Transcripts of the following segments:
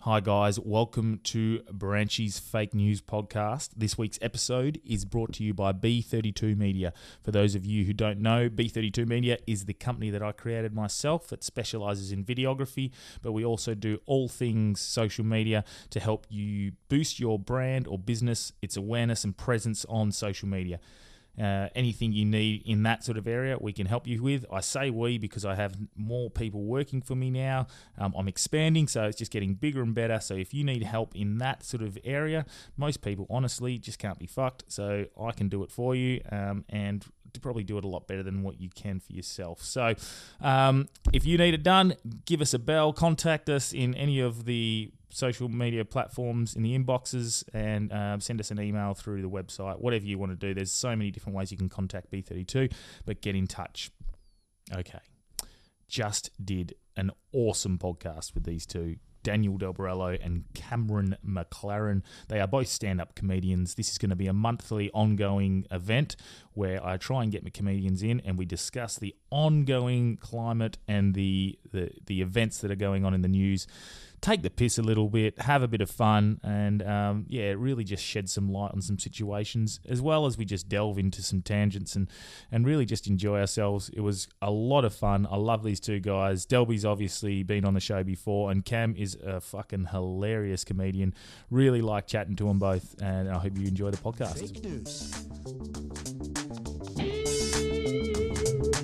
Hi, guys. Welcome to Branchy's Fake News Podcast. This week's episode is brought to you by B32 Media. For those of you who don't know, B32 Media is the company that I created myself that specializes in videography, but we also do all things social media to help you boost your brand or business, its awareness and presence on social media. Uh, anything you need in that sort of area, we can help you with. I say we because I have more people working for me now. Um, I'm expanding, so it's just getting bigger and better. So if you need help in that sort of area, most people honestly just can't be fucked. So I can do it for you um, and to probably do it a lot better than what you can for yourself. So um, if you need it done, give us a bell, contact us in any of the social media platforms in the inboxes and um, send us an email through the website, whatever you want to do. There's so many different ways you can contact B32, but get in touch. Okay. Just did an awesome podcast with these two. Daniel Delborello and Cameron McLaren. They are both stand up comedians. This is going to be a monthly ongoing event where I try and get my comedians in and we discuss the ongoing climate and the, the, the events that are going on in the news take the piss a little bit, have a bit of fun, and um, yeah, really just shed some light on some situations, as well as we just delve into some tangents and and really just enjoy ourselves. It was a lot of fun. I love these two guys. Delby's obviously been on the show before, and Cam is a fucking hilarious comedian. Really like chatting to them both, and I hope you enjoy the podcast.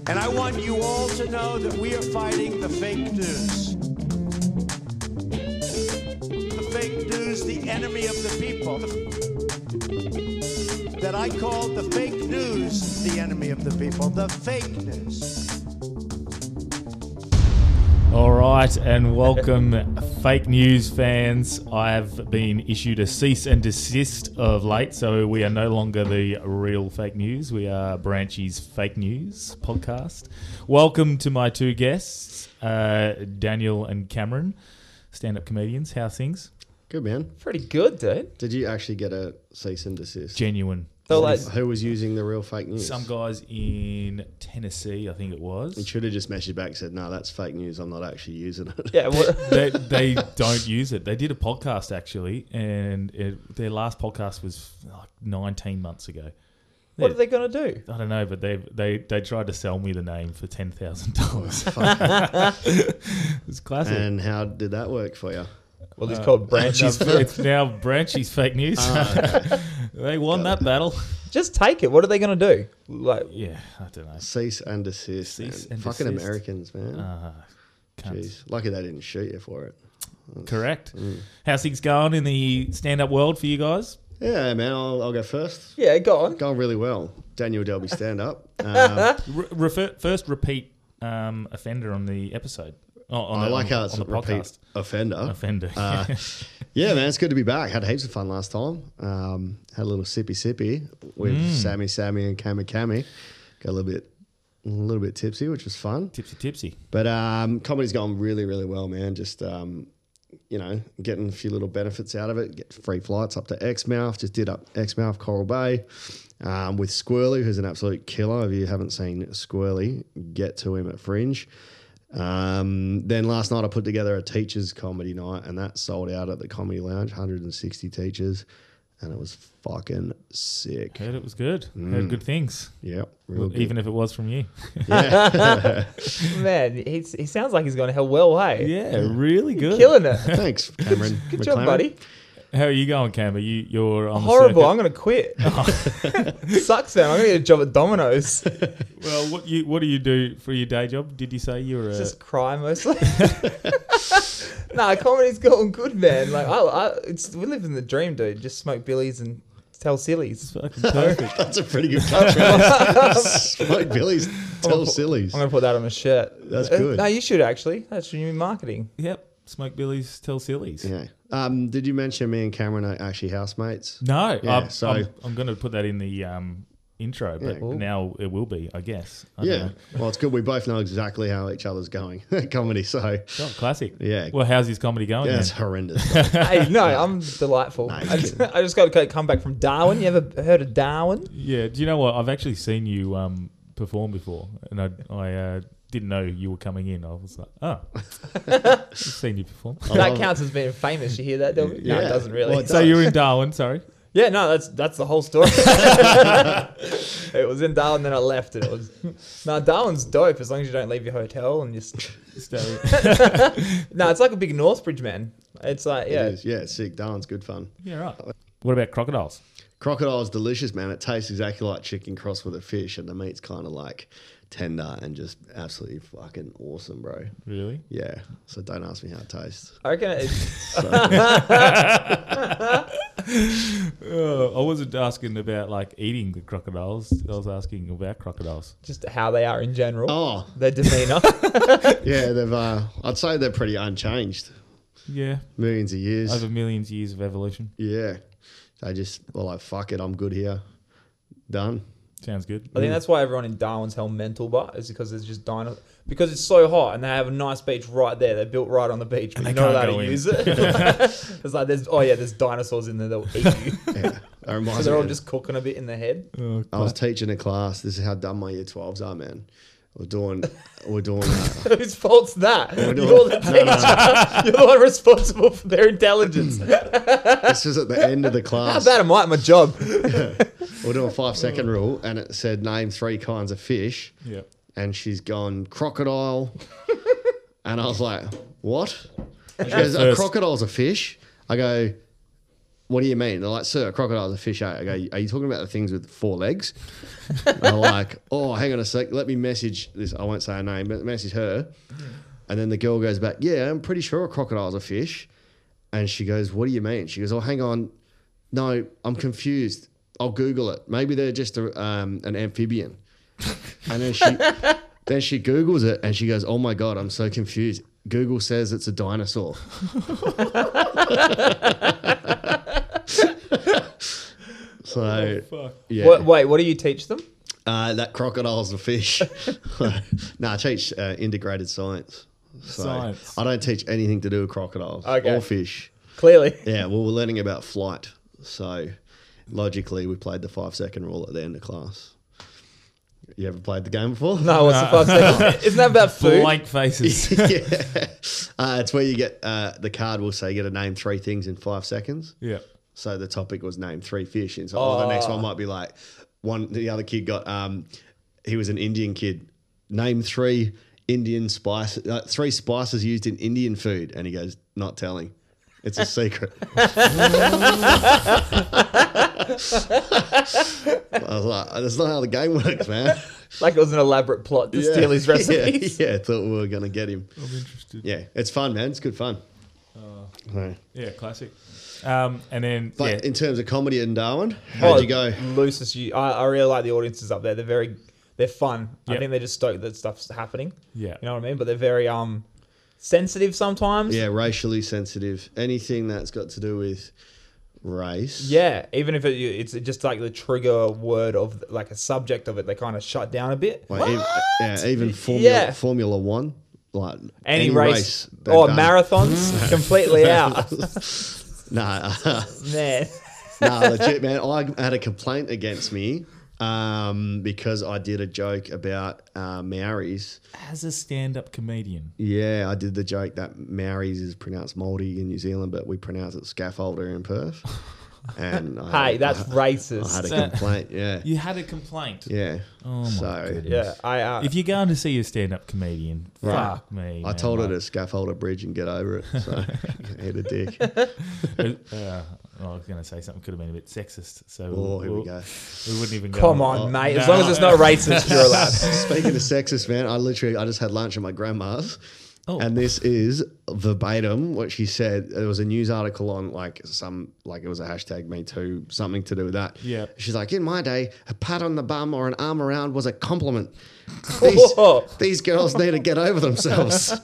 And I want you all to know that we are fighting the fake news. The fake news, the enemy of the people. That I call the fake news the enemy of the people. The fake news. All right, and welcome, fake news fans. I have been issued a cease and desist of late, so we are no longer the real fake news. We are Branchy's fake news podcast. Welcome to my two guests, uh, Daniel and Cameron, stand-up comedians. How things? Good man. Pretty good, dude. Did you actually get a cease and desist? Genuine. So like, Who was using the real fake news? Some guys in Tennessee, I think it He was. should have just messaged back and said, "No, that's fake news. I'm not actually using it." yeah, what, They, they don't use it. They did a podcast actually, and it, their last podcast was like 19 months ago. what are they gonna do? I don't know, but they they they tried to sell me the name for ten thousand dollars. it's classic. and how did that work for you? Well, it's called branches. Now- it's now Branchy's fake news. they won that battle. Just take it. What are they gonna do? Like, Yeah, I don't know. Cease and desist. Cease man. and Fucking desist. Uh, Americans, man. Ah, Cunts. Jeez. Lucky they didn't shoot you for it. Correct. How's things going in the stand-up world for you guys? Yeah, man. I'll, I'll go first. yeah, go on. Going really well. Daniel Delby stand up. Um, Re- refer, first, repeat um, offender on the episode. Oh, on I the, like on, how it's on the a repeat podcast offender. offender. Uh, yeah, man, it's good to be back. Had heaps of fun last time. Um, had a little sippy sippy with Sammy, Sammy, and Kami Kami. Got a little bit, a little bit tipsy, which was fun. tipsy, tipsy. But um, comedy's gone really, really well, man. Just um, you know, getting a few little benefits out of it. Get free flights up to Exmouth. Just did up Exmouth, Coral Bay, um, with Squirrely, who's an absolute killer. If you haven't seen Squirrely, get to him at Fringe. Um, then last night I put together a teachers comedy night, and that sold out at the Comedy Lounge. 160 teachers, and it was fucking sick. Heard it was good. Heard good things, Yep, Mm. real good. even if it was from you. Man, he's, he sounds like he's gone hell well. Hey, yeah, really good. killing it. Thanks, Cameron. Good job, McLaren. buddy. How are you going, Camber? You you're on the Horrible. circuit. I'm Oh. gonna quit. Sucks, man. I'm gonna get a job at Domino's. Well, what you what do you do for your day job? Did you say you were a, Just cry mostly. nah, comedy's going good, man. Like, I, I it's we live in the dream, dude. Just smoke billies and tell sillies. fucking perfect? That's a pretty good contrast. Smoke Billy's tell sillies. I'm gonna put that on a shirt. That's Uh, good. No, you should actually. That's your new marketing. yep, smoke billies, tell sillies. Yeah. Um, did you mention me and Cameron are actually housemates? No, Yeah, I'm, so- I'm, I'm going to put that in the um, intro, but Yeah. now it will be, I guess. I don't Yeah. know. Well, it's good. We both know exactly how each other's going comedy. So Oh, classic. Yeah. Well, how's his comedy going? yeah, then? it's horrendous. hey, no, I'm delightful. I, just, I just got to come back from Darwin. You ever heard of Darwin? Yeah. Do you know what? I've actually seen you um, perform before, and I, I uh, didn't know you were coming in. I was like, oh, I've seen you perform. that love it. counts as being famous. You hear that? Don't we? No, it Oh. Yeah. doesn't really. Well, it So does. you were in Darwin, sorry. Yeah, no, that's that's the whole story. it was in Darwin, then I left, and it was. No, Darwin's dope as long as you don't leave your hotel and just. So- No, it's like a big Northbridge man. It's like yeah, It is. Yeah, it's sick. Darwin's good fun. yeah, right. What about crocodiles? Crocodile's delicious, man. It tastes exactly like chicken crossed with a fish, and the meat's kind of like tender and just absolutely fucking awesome, bro. Really? Yeah. So don't ask me how it tastes. I reckon it's So, Uh, I wasn't asking about like eating the crocodiles. I was asking about crocodiles. just how they are in general. oh, Their demeanor. yeah. They've. Uh, I'd say they're pretty unchanged. Yeah, Millions of years. over millions of years of evolution. Yeah. They just well, like fuck it. I'm good here. Done. Sounds good. I think that's why everyone in Darwin's hell mental, but is because there's just dino because it's so hot and they have a nice beach right there. They're built right on the beach, but they you're not can't allowed go to in. use it. it's like there's oh yeah, there's dinosaurs in there that'll eat you. Yeah. That so reminds they're me all of- just cooking a bit in the head. I was teaching a class. This is how dumb my year twelves are, man. We're doing. We're doing. Uh, Whose fault's that? You're doing- the No, no, teacher. You're the one responsible for their intelligence. Mm. this is at the end of the How class. bad am I at my job? We're doing a five second Oh. rule, and it said name three kinds of fish. Yeah. And she's gone crocodile. and I was like, what? She goes, a First. crocodile's a fish. I go, what do you mean? They're like, sir, a crocodile's a fish. Eh? I go, are you talking about the things with four legs? And I'm like, oh, hang on a sec. Let me message this. I won't say her name, but message her. And then the girl goes back, yeah, I'm pretty sure a crocodile's a fish. And she goes, what do you mean? She goes, oh, hang on. No, I'm confused. I'll Google it. Maybe they're just a, um, an amphibian. And then she then she Googles it and she goes, oh my God, I'm so confused. Google says it's a dinosaur. so, Fuck. yeah. What, wait, what do you teach them? Uh, that crocodile's a fish. no, I teach uh, integrated science. So Science. I don't teach anything to do with crocodiles Okay. or fish. Clearly. Yeah, well, we're learning about flight. So logically, we played the five second rule at the end of class. You ever played the game before? No, what's the five second? Isn't that about food? Blank faces. yeah. Uh, it's where you get uh, the card will say you got to name three things in five seconds. yeah. So the topic was name three fish, and so oh, the next one might be like one. The other kid got um, he was an Indian kid. Name three Indian spice, uh, three spices used in Indian food, and he goes, "Not telling." It's a secret. I was like, that's not how the game works, man. like it was an elaborate plot to steal his Yeah, recipes. Yeah, thought we were going to get him. I'm interested. Yeah, it's fun, man. It's good fun. Oh. So, Yeah, classic. Um, and then But yeah, in terms of comedy in Darwin, how'd you go? Lucis, Oh, you, I, I really like the audiences up there. They're very, they're fun. I Yep. think they're just stoked that stuff's happening. Yeah. You know what I mean? But they're very um sensitive sometimes. Yeah, racially sensitive. Anything that's got to do with race. Yeah, even if it, it's just like the trigger word of like a subject of it, they kind of shut down a bit. Like even, yeah, even Formula Yeah. Formula One, like Any, race, they've or done. marathons, completely out. Nah, Man, nah, legit, man. I had a complaint against me um, because I did a joke about uh, Maoris. as a stand-up comedian, Yeah, I did the joke that Maoris is pronounced Maldi in New Zealand, but we pronounce it scaffolder in Perth. And I, hey, that's I had racist. a complaint. Yeah, you had a complaint. yeah. Oh my so Yeah, I. Uh, If you're going to see a stand-up comedian, Right. fuck me. I told her to scaffolder bridge and get over it. So hit a dick. to. Uh, I was going to say something could have been a bit sexist, so Oh, here we we'll- go. We wouldn't even. go come on, mate. As Oh, no. long as it's not racist, you're uh, allowed. Speaking of sexist, man, I literally I just had lunch at my grandma's. Oh. And this is verbatim what she said. It was a news article on like some like it was a hashtag me too, something to do with that. Yeah. She's like, in my day, a pat on the bum or an arm around was a compliment. These, Whoa. these girls need to get over themselves.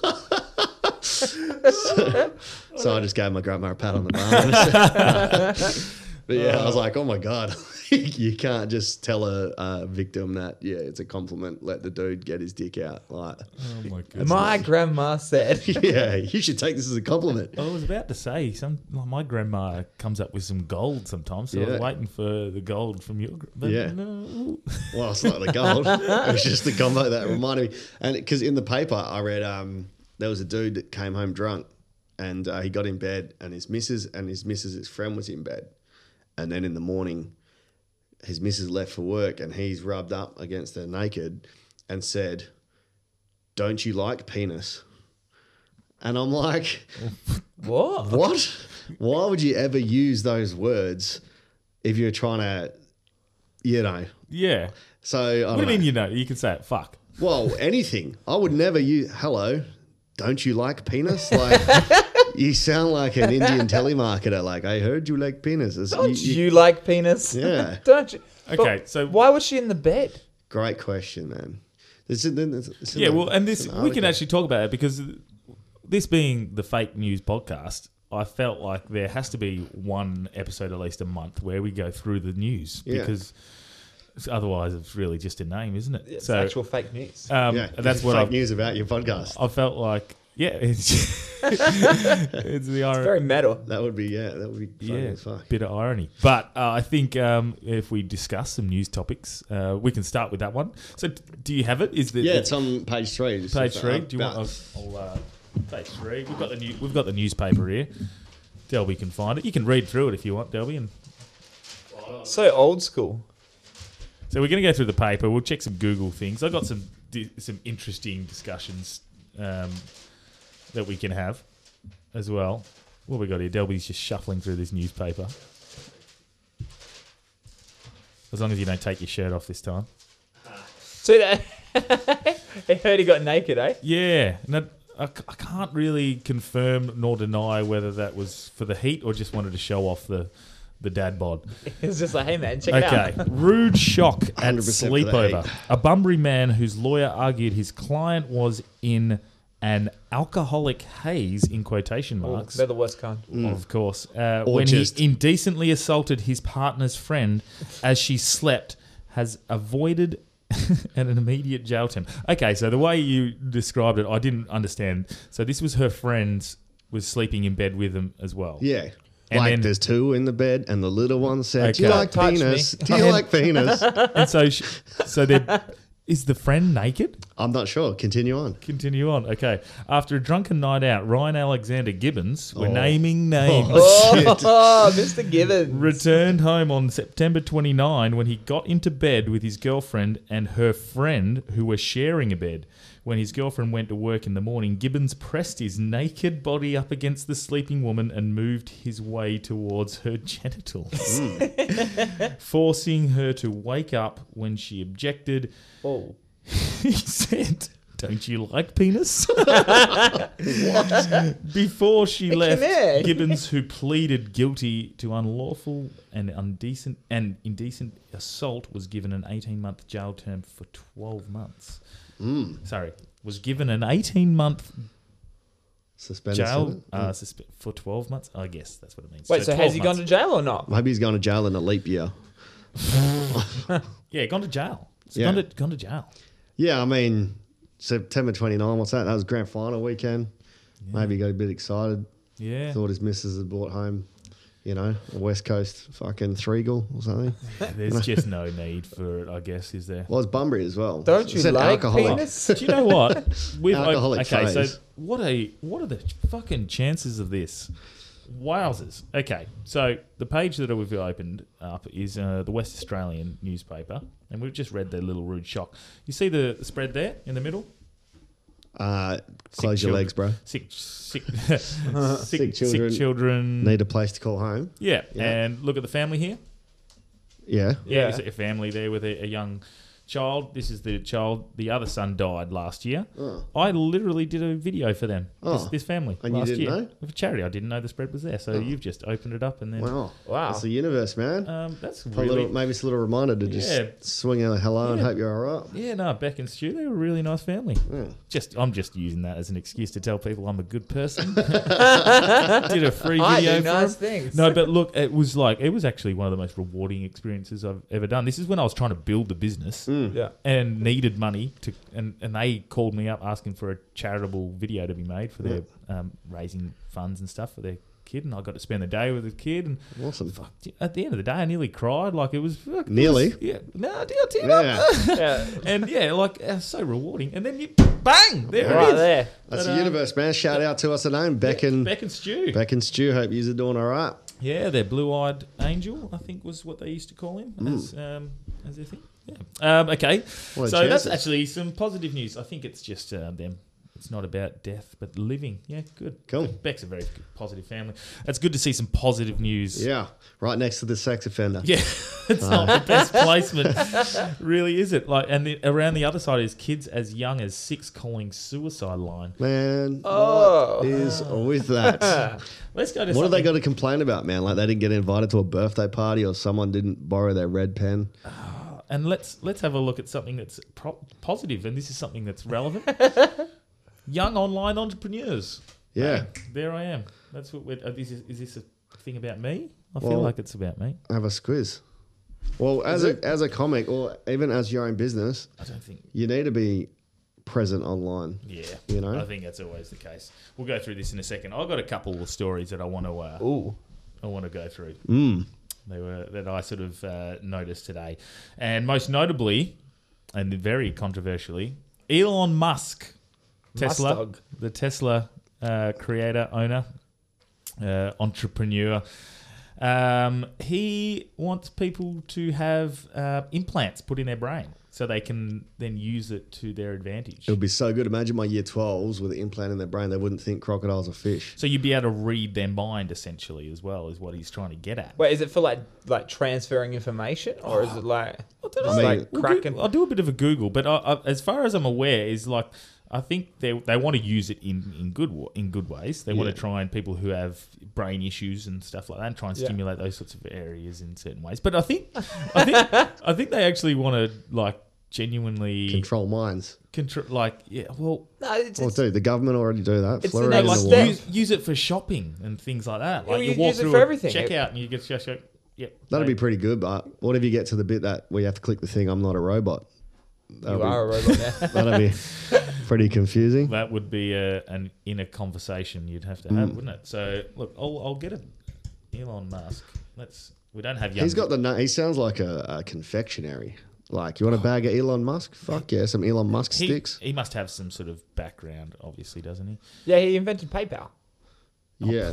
so, so I just gave my grandma a pat on the bum. But yeah, I was like, oh my god, you can't just tell a, a victim that yeah, it's a compliment. Let the dude get his dick out. Like, Oh my goodness. My grandma said. yeah, you should take this as a compliment. I was about to say some. Like my grandma comes up with some gold sometimes, so I Yeah. was waiting for the gold from your. gr- But Yeah. no. Well, it's not the gold. it was just the combo that reminded me. And because in the paper I read, um, there was a dude that came home drunk, and uh, he got in bed, and his missus and his missus's friend was in bed, and then in the morning, his missus left for work, and he's rubbed up against her naked, and said, "Don't you like penis?" And I'm like, What? what? Why would you ever use those words if you're trying to, you know? Yeah. So I What don't do you know. mean? You know, you can say it. Fuck. Well, anything. I would never use. Hello, don't you like penis? Like you sound like an Indian telemarketer. Like I heard you like penis. It's- Don't you- you, you- like penis? Yeah. Don't you? Okay, But so- why was she in the bed? Great question, man. This is- this is- Yeah. Well, and this it's an we can article. actually talk about it because this being the fake news podcast, I felt like there has to be one episode at least a month where we go through the news Yeah. because otherwise it's really just a name, isn't it? It's so actual fake news. um, Yeah, that's what fake I've, news about your podcast. I felt like. Yeah, it's, it's the irony. Very metal. That would be yeah. That would be funny yeah, as fuck. bit of irony. But uh, I think um, if we discuss some news topics, uh, we can start with that one. So, d- do you have it? Is the Yeah, it's it's on page three. Just page about- three? Do you want? about- I'll, I'll, uh, page three. We've got the new, We've got the newspaper here. Delby can find it. You can read through it if you want, Delby. And So old school. so we're going to go through the paper. We'll check some Google things. I got some di- some interesting discussions um, that we can have as well. What we got here? Delby's just shuffling through this newspaper. As long as you don't take your shirt off this time. So that I heard he got naked, eh? Yeah, and that, I, c- I can't really confirm nor deny whether that was for the heat or just wanted to show off the the dad bod. It's just like, hey man, check it Okay, out. rude shock at 100% for the sleepover. heat. A Bunbury man whose lawyer argued his client was in an alcoholic haze in quotation marks. They're the worst kind. Of course, uh, when Mm. just- he indecently assaulted his partner's friend as she slept, has avoided an immediate jail term. Okay, so the way you described it, I didn't understand. So this was her friend was sleeping in bed with him as well. Yeah. And like then- there's two in the bed, and the little one said, "Do you Okay. like Touch me. penis? Do you And- like penis?" and so, she, so they're- is the friend naked? I'm not sure. Continue on. Continue on. Okay. After a drunken night out, Ryan Alexander Gibbons, we're Oh. naming names, Oh, Shit. Mr. Gibbons. returned home on September 29 when he got into bed with his girlfriend and her friend, who were sharing a bed. When his girlfriend went to work in the morning, Gibbons pressed his naked body up against the sleeping woman and moved his way towards her genitals, forcing her to wake up when she objected. Oh. He said, Don't you like penis? Before she left, there. Gibbons, who pleaded guilty to unlawful and indecent and indecent assault, was given an 18 month jail term for 12 months. Sorry, was given an 18 month Suspended. jail sentence? uh, suspe- for 12 months. I guess that's what it means. Wait, so, has 12 he gone months. to jail or not? Maybe he's going to jail in a leap year. Yeah, gone to jail. It's Yeah. Gone to gone to jail. Yeah, I mean, September 29, what's that? That was grand final weekend. Maybe he got a bit excited. Yeah. Thought his missus had brought home, you know, a West Coast fucking Threagle or something. There's just no need for it, I guess, is there? Well, it's Bunbury as well. Don't It you said like alcoholic. penis? Do you know what? We've Alcoholic okay, so phase. what a what are the fucking chances of this? Wowzers. Okay, so the page that we've opened up is uh, the West Australian newspaper, and we've just read their little rude shock. You see the spread there in the middle? Uh, Sick close your children- legs, bro. Sick, sick, sick, sick children. children. Mm. Need a place to call home. Yeah. Yeah. and look at the family here. Yeah. Yeah, Yeah. you see a family there with a, a young child, this is the child, the other son died last year. I literally did a video for them, this, Mm. Oh. this family, And you last didn't year. know? Oh. For charity, I didn't know the spread was there. So you've just opened it up and then. Wow. Wow. It's the universe, man. Um, that's a really. little, maybe it's a little reminder to just Yeah. swing a hello and Yeah. hope you're all right. yeah, no, Beck and Stu, they were a really nice family. Mm. Just, I'm just using that as an excuse to tell people I'm a good person. Did a free I video do for nice 'em. things. No, but look, it was like it was actually one of the most rewarding experiences I've ever done. This is when I was trying to build the business Mm. Yeah. and needed money to, and, and they called me up asking for a charitable video to be made for their um, raising funds and stuff for their kid, and I got to spend the day with the kid. And Awesome. fuck, at the end of the day, I nearly cried. Like it was fuck, it Nearly? was- yeah, no, I did, I teared up. Yeah. yeah. And yeah, like uh, so rewarding. And then you bang, there it Right is. there. That's But, the um, universe, man. Shout out to us at home, Beck and Beck and Stew. Beck and Stu. Hope yous are doing all right. Yeah, their blue-eyed angel, I think, was what they used to call him as, um, as their thing. Yeah. Um, okay, Hmm. What a so that's chances. actually some positive news. I think it's just uh, them. It's not about death, but living. Yeah, good. Cool. Beck's a very good, positive family. It's good to see some positive news. Yeah, right next to the sex offender. Yeah, it's not the best placement, really, is it? Like, and the, around the other side is kids as young as six calling suicide line. Man, Oh. what is with that? Let's go to what have something- they got to complain about, man? Like they didn't get invited to a birthday party, or someone didn't borrow their red pen. and let's let's have a look at something that's pro- positive, and this is something that's relevant. Young online entrepreneurs. Yeah, There I am. That's what we're. Uh, this is, is this a thing about me? I feel Well- like it's about me. have a squiz. Well, as a as a comic, or even as your own business, I don't think. you need to be present online. Yeah, You know? I think that's always the case. We'll go through this in a second. I've got a couple of stories that I want to. Uh, Ooh. I want to go through. They were that I sort of uh, noticed today, and most notably, and very controversially, Elon Musk, Tesla, Mustog. the Tesla uh, creator, owner, uh, entrepreneur. Um, he wants people to have uh, implants put in their brain so they can then use it to their advantage. It would be so good. Imagine my year twelves with an implant in their brain; they wouldn't think crocodiles are fish. So you'd be able to read their mind essentially as well is what he's trying to get at. Wait, is it for like like transferring information, or is it like don't just know. like We'll cracking? Google- I'll do a bit of a Google, but I, I, as far as I'm aware, is like I think they they want to use it in in good wa- in good ways. They want Yeah. to try and people who have brain issues and stuff like that, and try and Yeah. stimulate those sorts of areas in certain ways. But I think I think I think they actually want to like genuinely control, Control minds. like yeah, well. No, it's, Well, it's, dude, the government already do that. It's the Fluoride No, in next like the step. water. use, use it for shopping and things like that. Like Yeah, you you walk use it through for a everything. checkout and you get just go, yep. That'd be pretty good, but what if you get to the bit that we have to click the thing? I'm not a robot. you That'd be, are a robot now. that'd be pretty confusing. That would be a, an inner conversation you'd have to Mm. have, wouldn't it? So look, I'll, I'll get a Elon Musk. Let's. We don't have young. He's got the. na- He sounds like a, a confectionery. Like you want a bag of Elon Musk? Fuck yeah, some Elon Musk he, sticks. He must have some sort of background, obviously, doesn't he? yeah, he invented PayPal. Yeah,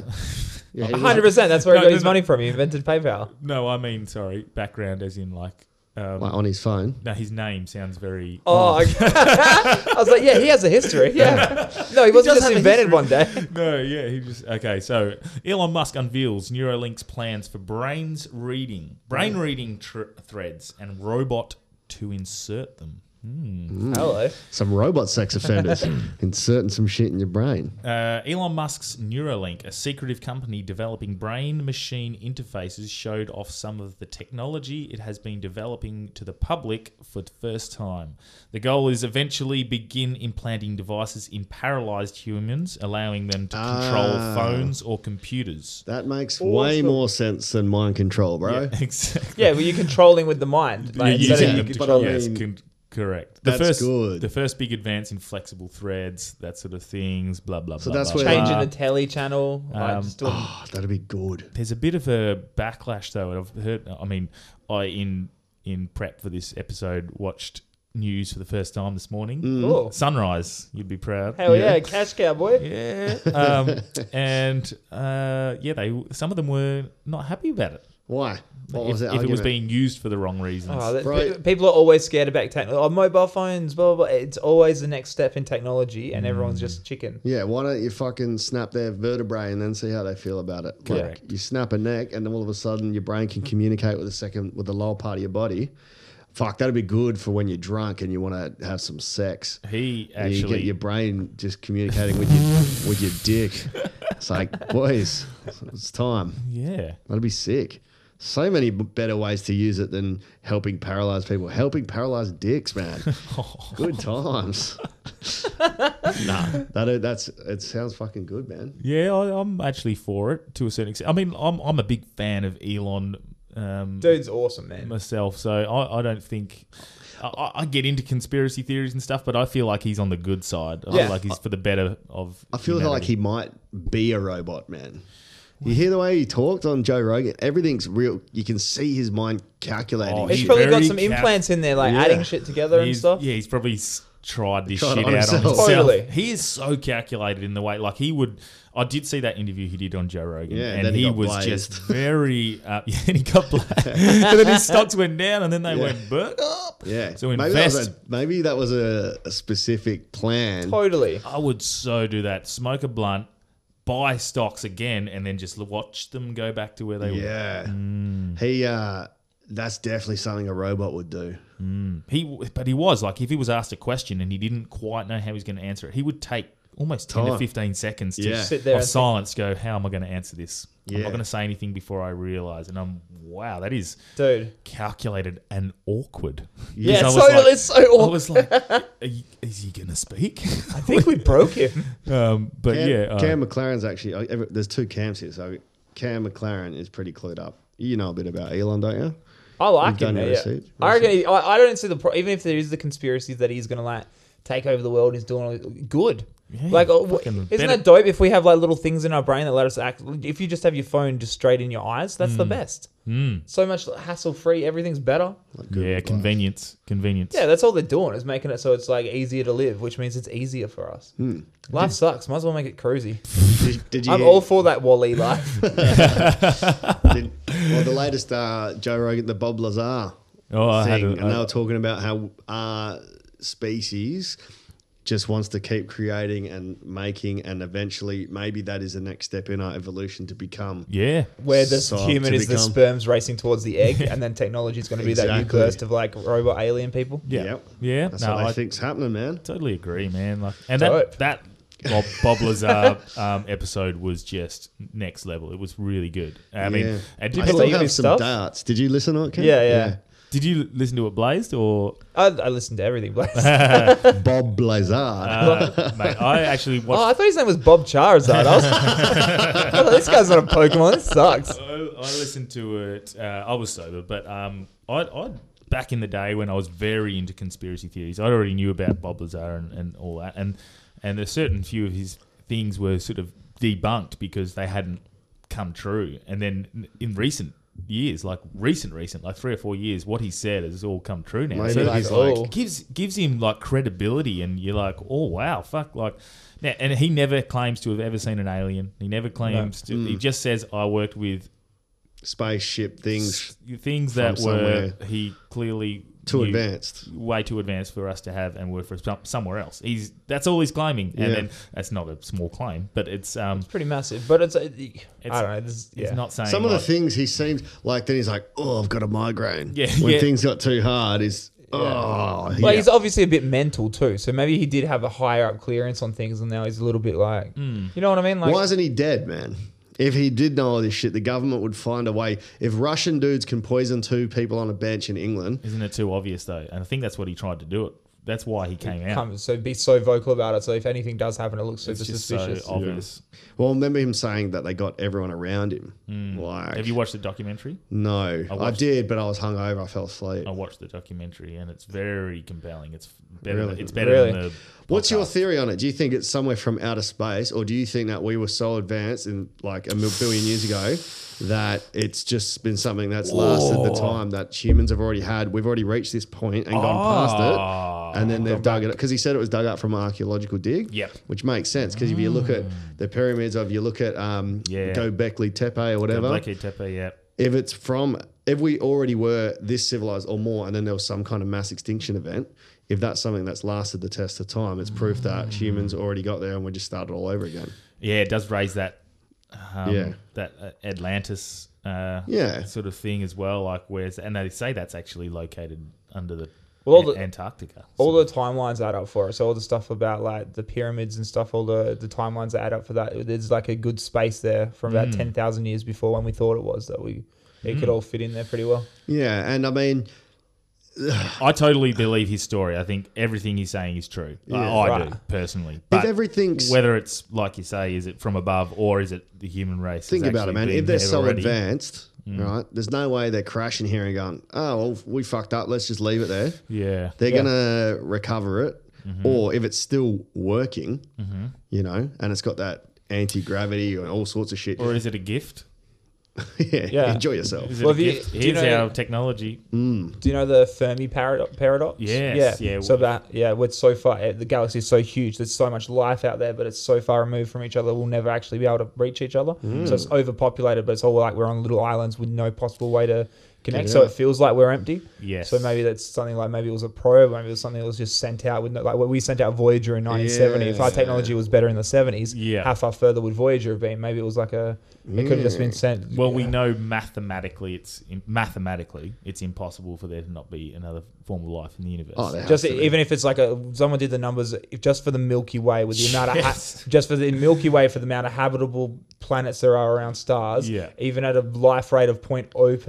yeah. he was- hundred percent. That's where he No, got no, his no. money from. He invented PayPal. No, I mean, sorry, background as in like. Um, Like on his phone. no, his name sounds very. Oh, okay. I was like, yeah, he has a history. Yeah. No, he wasn't does just have a invented one day. No, yeah, he just okay. So Elon Musk unveils Neuralink's plans for brains reading, brain Mm. reading tr- threads, and robot to insert them. Hello. Some robot sex offenders inserting some shit in your brain. Uh, Elon Musk's Neuralink, a secretive company developing brain machine interfaces, showed off some of the technology it has been developing to the public for the first time. The goal is eventually begin implanting devices in paralyzed humans, allowing them to control Ah. phones or computers. That makes way more sense than mind control, bro. Exactly. Yeah, well, you're controlling with the mind. Like, You're using instead of you them to- controlling- I yes, mean, con- correct. The that's first, good. The first big advance in flexible threads, that sort of things. Blah blah. So blah, that's blah, where- blah. changing the telly channel. like, just doing- Oh, that'd be good. There's a bit of a backlash though, and I've heard. I mean, I in in prep for this episode watched news for the first time this morning. Mm. Cool. Sunrise, you'd be proud. Hell yeah, cash cow boy. Hmm. Yeah. um, and uh, yeah, they some of them were not happy about it. Why? What if was that if it was argument? being used for the wrong reasons. Oh, that, Right. pe- People are always scared about technology. Oh, mobile phones, blah, blah, blah. It's always the next step in technology, and everyone's just chicken. Yeah, why don't you fucking snap their vertebrae and then see how they feel about it? Correct. Like you snap a neck and then all of a sudden your brain can communicate with the second with the lower part of your body. fuck, that'd be good for when you're drunk and you want to have some sex. He And you actually get your brain just communicating with your with your dick. It's like, boys, it's time. yeah. That'd be sick. So many b- better ways to use it than helping paralyzed people. Helping paralyzed dicks, man. good times. nah, that that's it. Sounds fucking good, man. Yeah, I, I'm actually for it to a certain extent. I mean, I'm I'm a big fan of Elon um, Dude's awesome, man. myself, so I, I don't think I- I, I get into conspiracy theories and stuff, but I feel like he's on the good side. I Yeah. feel like he's for the better of. I feel like he might be a robot, man. You hear the way he talked on Joe Rogan. Everything's real. You can see his mind calculating. Oh, He's he's probably got very some cap- implants in there, like Yeah. adding shit together and He's- stuff. Yeah, he's probably s- tried this Tried it shit on out on himself. himself. Totally. He is so calculated in the way. Like he would, I did see that interview he did on Joe Rogan, Yeah, and then he he, got was blazed. just very. Uh, yeah, and he got black, and then his stocks went down, and then they went burnt up. yeah. So maybe that was invest. a, maybe that was a, a specific plan. Totally. I would so do that. Smoke a blunt, buy stocks again, and then just l- watch them go back to where they were. Yeah. He. Uh, that's definitely something a robot would do. He, w- but he was like, if he was asked a question and he didn't quite know how he was going to answer it, he would take almost ten to Time. fifteen seconds to Yeah. Sit there of and think. silence. Go, how am I going to answer this? I'm Yeah. not going to say anything before I realize. And I'm, wow, that is Dude. calculated and awkward. 'Cause Yeah, I was totally. like- it's so awesome. I was like, are you- is he going to speak? I think we broke him. um, but Cam, yeah, uh, Cam McLaren's actually. I- every- There's two Cams here, so Cam McLaren is pretty clued up. You know a bit about Elon, don't you? I like You've done him. your Yeah. research. I reckon. He, I, I don't see the pro- even if there is the conspiracies that he's gonna like take over the world. He's doing all, good. Yeah, like, oh, wh- fucking isn't better- that dope? If we have like little things in our brain that let us act. If you just have your phone just straight in your eyes, that's the best. Mm. So much hassle free. Everything's better. Like Google yeah, Glass. convenience, convenience. Yeah, that's all they're doing is making it so it's like easier to live, which means it's easier for us. Hmm. Life sucks. Might as well make it cruisy. Did, did you? I'm hear- all for that Wally life. did- well, the latest uh, Joe Rogan, the Bob Lazar Oh, I had thing, a, and they were talking about how our species just wants to keep creating and making, and eventually, maybe that is the next step in our evolution to become. yeah. Where the So human to is the become- sperms racing towards the egg, and then technology is going to be that new Exactly. burst of like robot alien people. Yeah. Yep. Yeah. That's No, what I, I think's happening, man. totally agree, man. Like, and Dope. that that Bob, Bob Lazar um, episode was just next level. It was really good. I mean, Yeah. and I did, still believe have his some stuff? darts. Did you listen to it? Ken? Yeah, yeah. did you listen to it blazed or I, I listened to everything. Blaze. Bob Lazar. uh, mate? I actually oh, watched. I thought his name was Bob Charizard. I was, I thought, this guy's not a Pokemon. This sucks. I, I listened to it. Uh, I was sober, but um, I, I back in the day when I was very into conspiracy theories, I already knew about Bob Lazar and, and all that, and and a certain few of his things were sort of debunked because they hadn't come true. And then in recent years, like recent, recent, like three or four years, what he said has all come true now. Maybe So he's like, like, oh. gives gives him like credibility, and you're like, oh wow, fuck, like. Now, and he never claims to have ever seen an alien. He never claims to. He just says, "I worked with spaceship things things that from were somewhere. he clearly too knew advanced. way too advanced for us to have and were for some, somewhere else. He's that's all he's claiming, and Yeah. then that's not a small claim, but it's um, Pretty massive, but it's, it's I don't know. This, he's yeah. not saying Some of the like- things he seems like, then he's like, oh, I've got a migraine. Yeah, when yeah. things got too hard, is oh, yeah. Like he's obviously a bit mental too, so maybe he did have a higher up clearance on things, and now he's a little bit like, you know what I mean? Like, Why isn't he dead, man? If he did know all this shit, the government would find a way. If Russian dudes can poison two people on a bench in England, isn't it too obvious though? And I think that's what he tried to do. It that's why he came out. come, so be so vocal about it. So if anything does happen, it looks super It's just suspicious. so obvious. well, remember him saying that they got everyone around him. Like, Hmm. Have you watched the documentary? no, I, watched- did, but I was hungover. I fell asleep. I watched the documentary, and it's very compelling. It's better. Really? It's better than Really? the. What's your podcast. theory on it? Do you think it's somewhere from outer space, or do you think that we were so advanced in like a mil- billion years ago that it's just been something that's lasted the time that humans have already had? We've already reached this point and Ah. gone past it, and then they've dug it because he said it was dug up from an archaeological dig. Yep. Mm. which makes sense because if you look at the pyramids, of you look at um, Yeah. Gobekli Tepe or whatever, Blackhead Tepe? Yeah. if it's from if we already were this civilized or more and then there was some kind of mass extinction event if that's something that's lasted the test of time it's proof Mm. that humans already got there and we just started all over again Yeah, it does raise that. Um, Yeah. That uh, Atlantis uh, Yeah. sort of thing as well. Like where's and they say that's actually located under the Well, all the- Antarctica. all the timelines add up for us. All the stuff about like the pyramids and stuff. All the the timelines that add up for that. There's like a good space there from about ten thousand years before when we thought it was that we it could all fit in there pretty well. Yeah, and I mean, I totally believe his story. I think everything he's saying is true. I, I do right. personally. But everything's- whether it's like you say, is it from above or is it the human race? has think about it, actually man. been If they're there so already? Mm. advanced, right? There's no way they're crashing here and going, "Oh, well, we fucked up. Let's just leave it there." yeah, Mm-hmm. They're gonna recover it, or if it's still working, you know, and it's got that anti gravity and all sorts of shit. or is it a gift? yeah, Yeah. enjoy yourself. Is it Well, a if you- gift? do Here's you know- our technology. Mm. Do you know the Fermi parado- paradox? Yes, Yeah. yeah. So that yeah, we're so far. eh, The galaxy is so huge. There's so much life out there, but it's so far removed from each other. We'll never actually be able to reach each other. Hmm. So it's overpopulated, but it's all like we're on little islands with no possible way to connect. Yeah. So it feels like we're empty. Yes. So maybe that's something like maybe it was a probe. Maybe it was something that was just sent out with no, like well, we sent out Voyager in 1970. If our Yeah. technology was better in the 70s, Yeah. how far further would Voyager have been? Maybe it was like a. It could have just been sent. Hmm. Well, we know mathematically, it's mathematically, it's impossible for there to not be another form of life in the universe. Oh, there has Just to be. even if it's like a someone did the numbers if just for the Milky Way with the amount of Yes. ha- just for the Milky Way for the amount of habitable planets there are around stars. Yeah. Even at a life rate of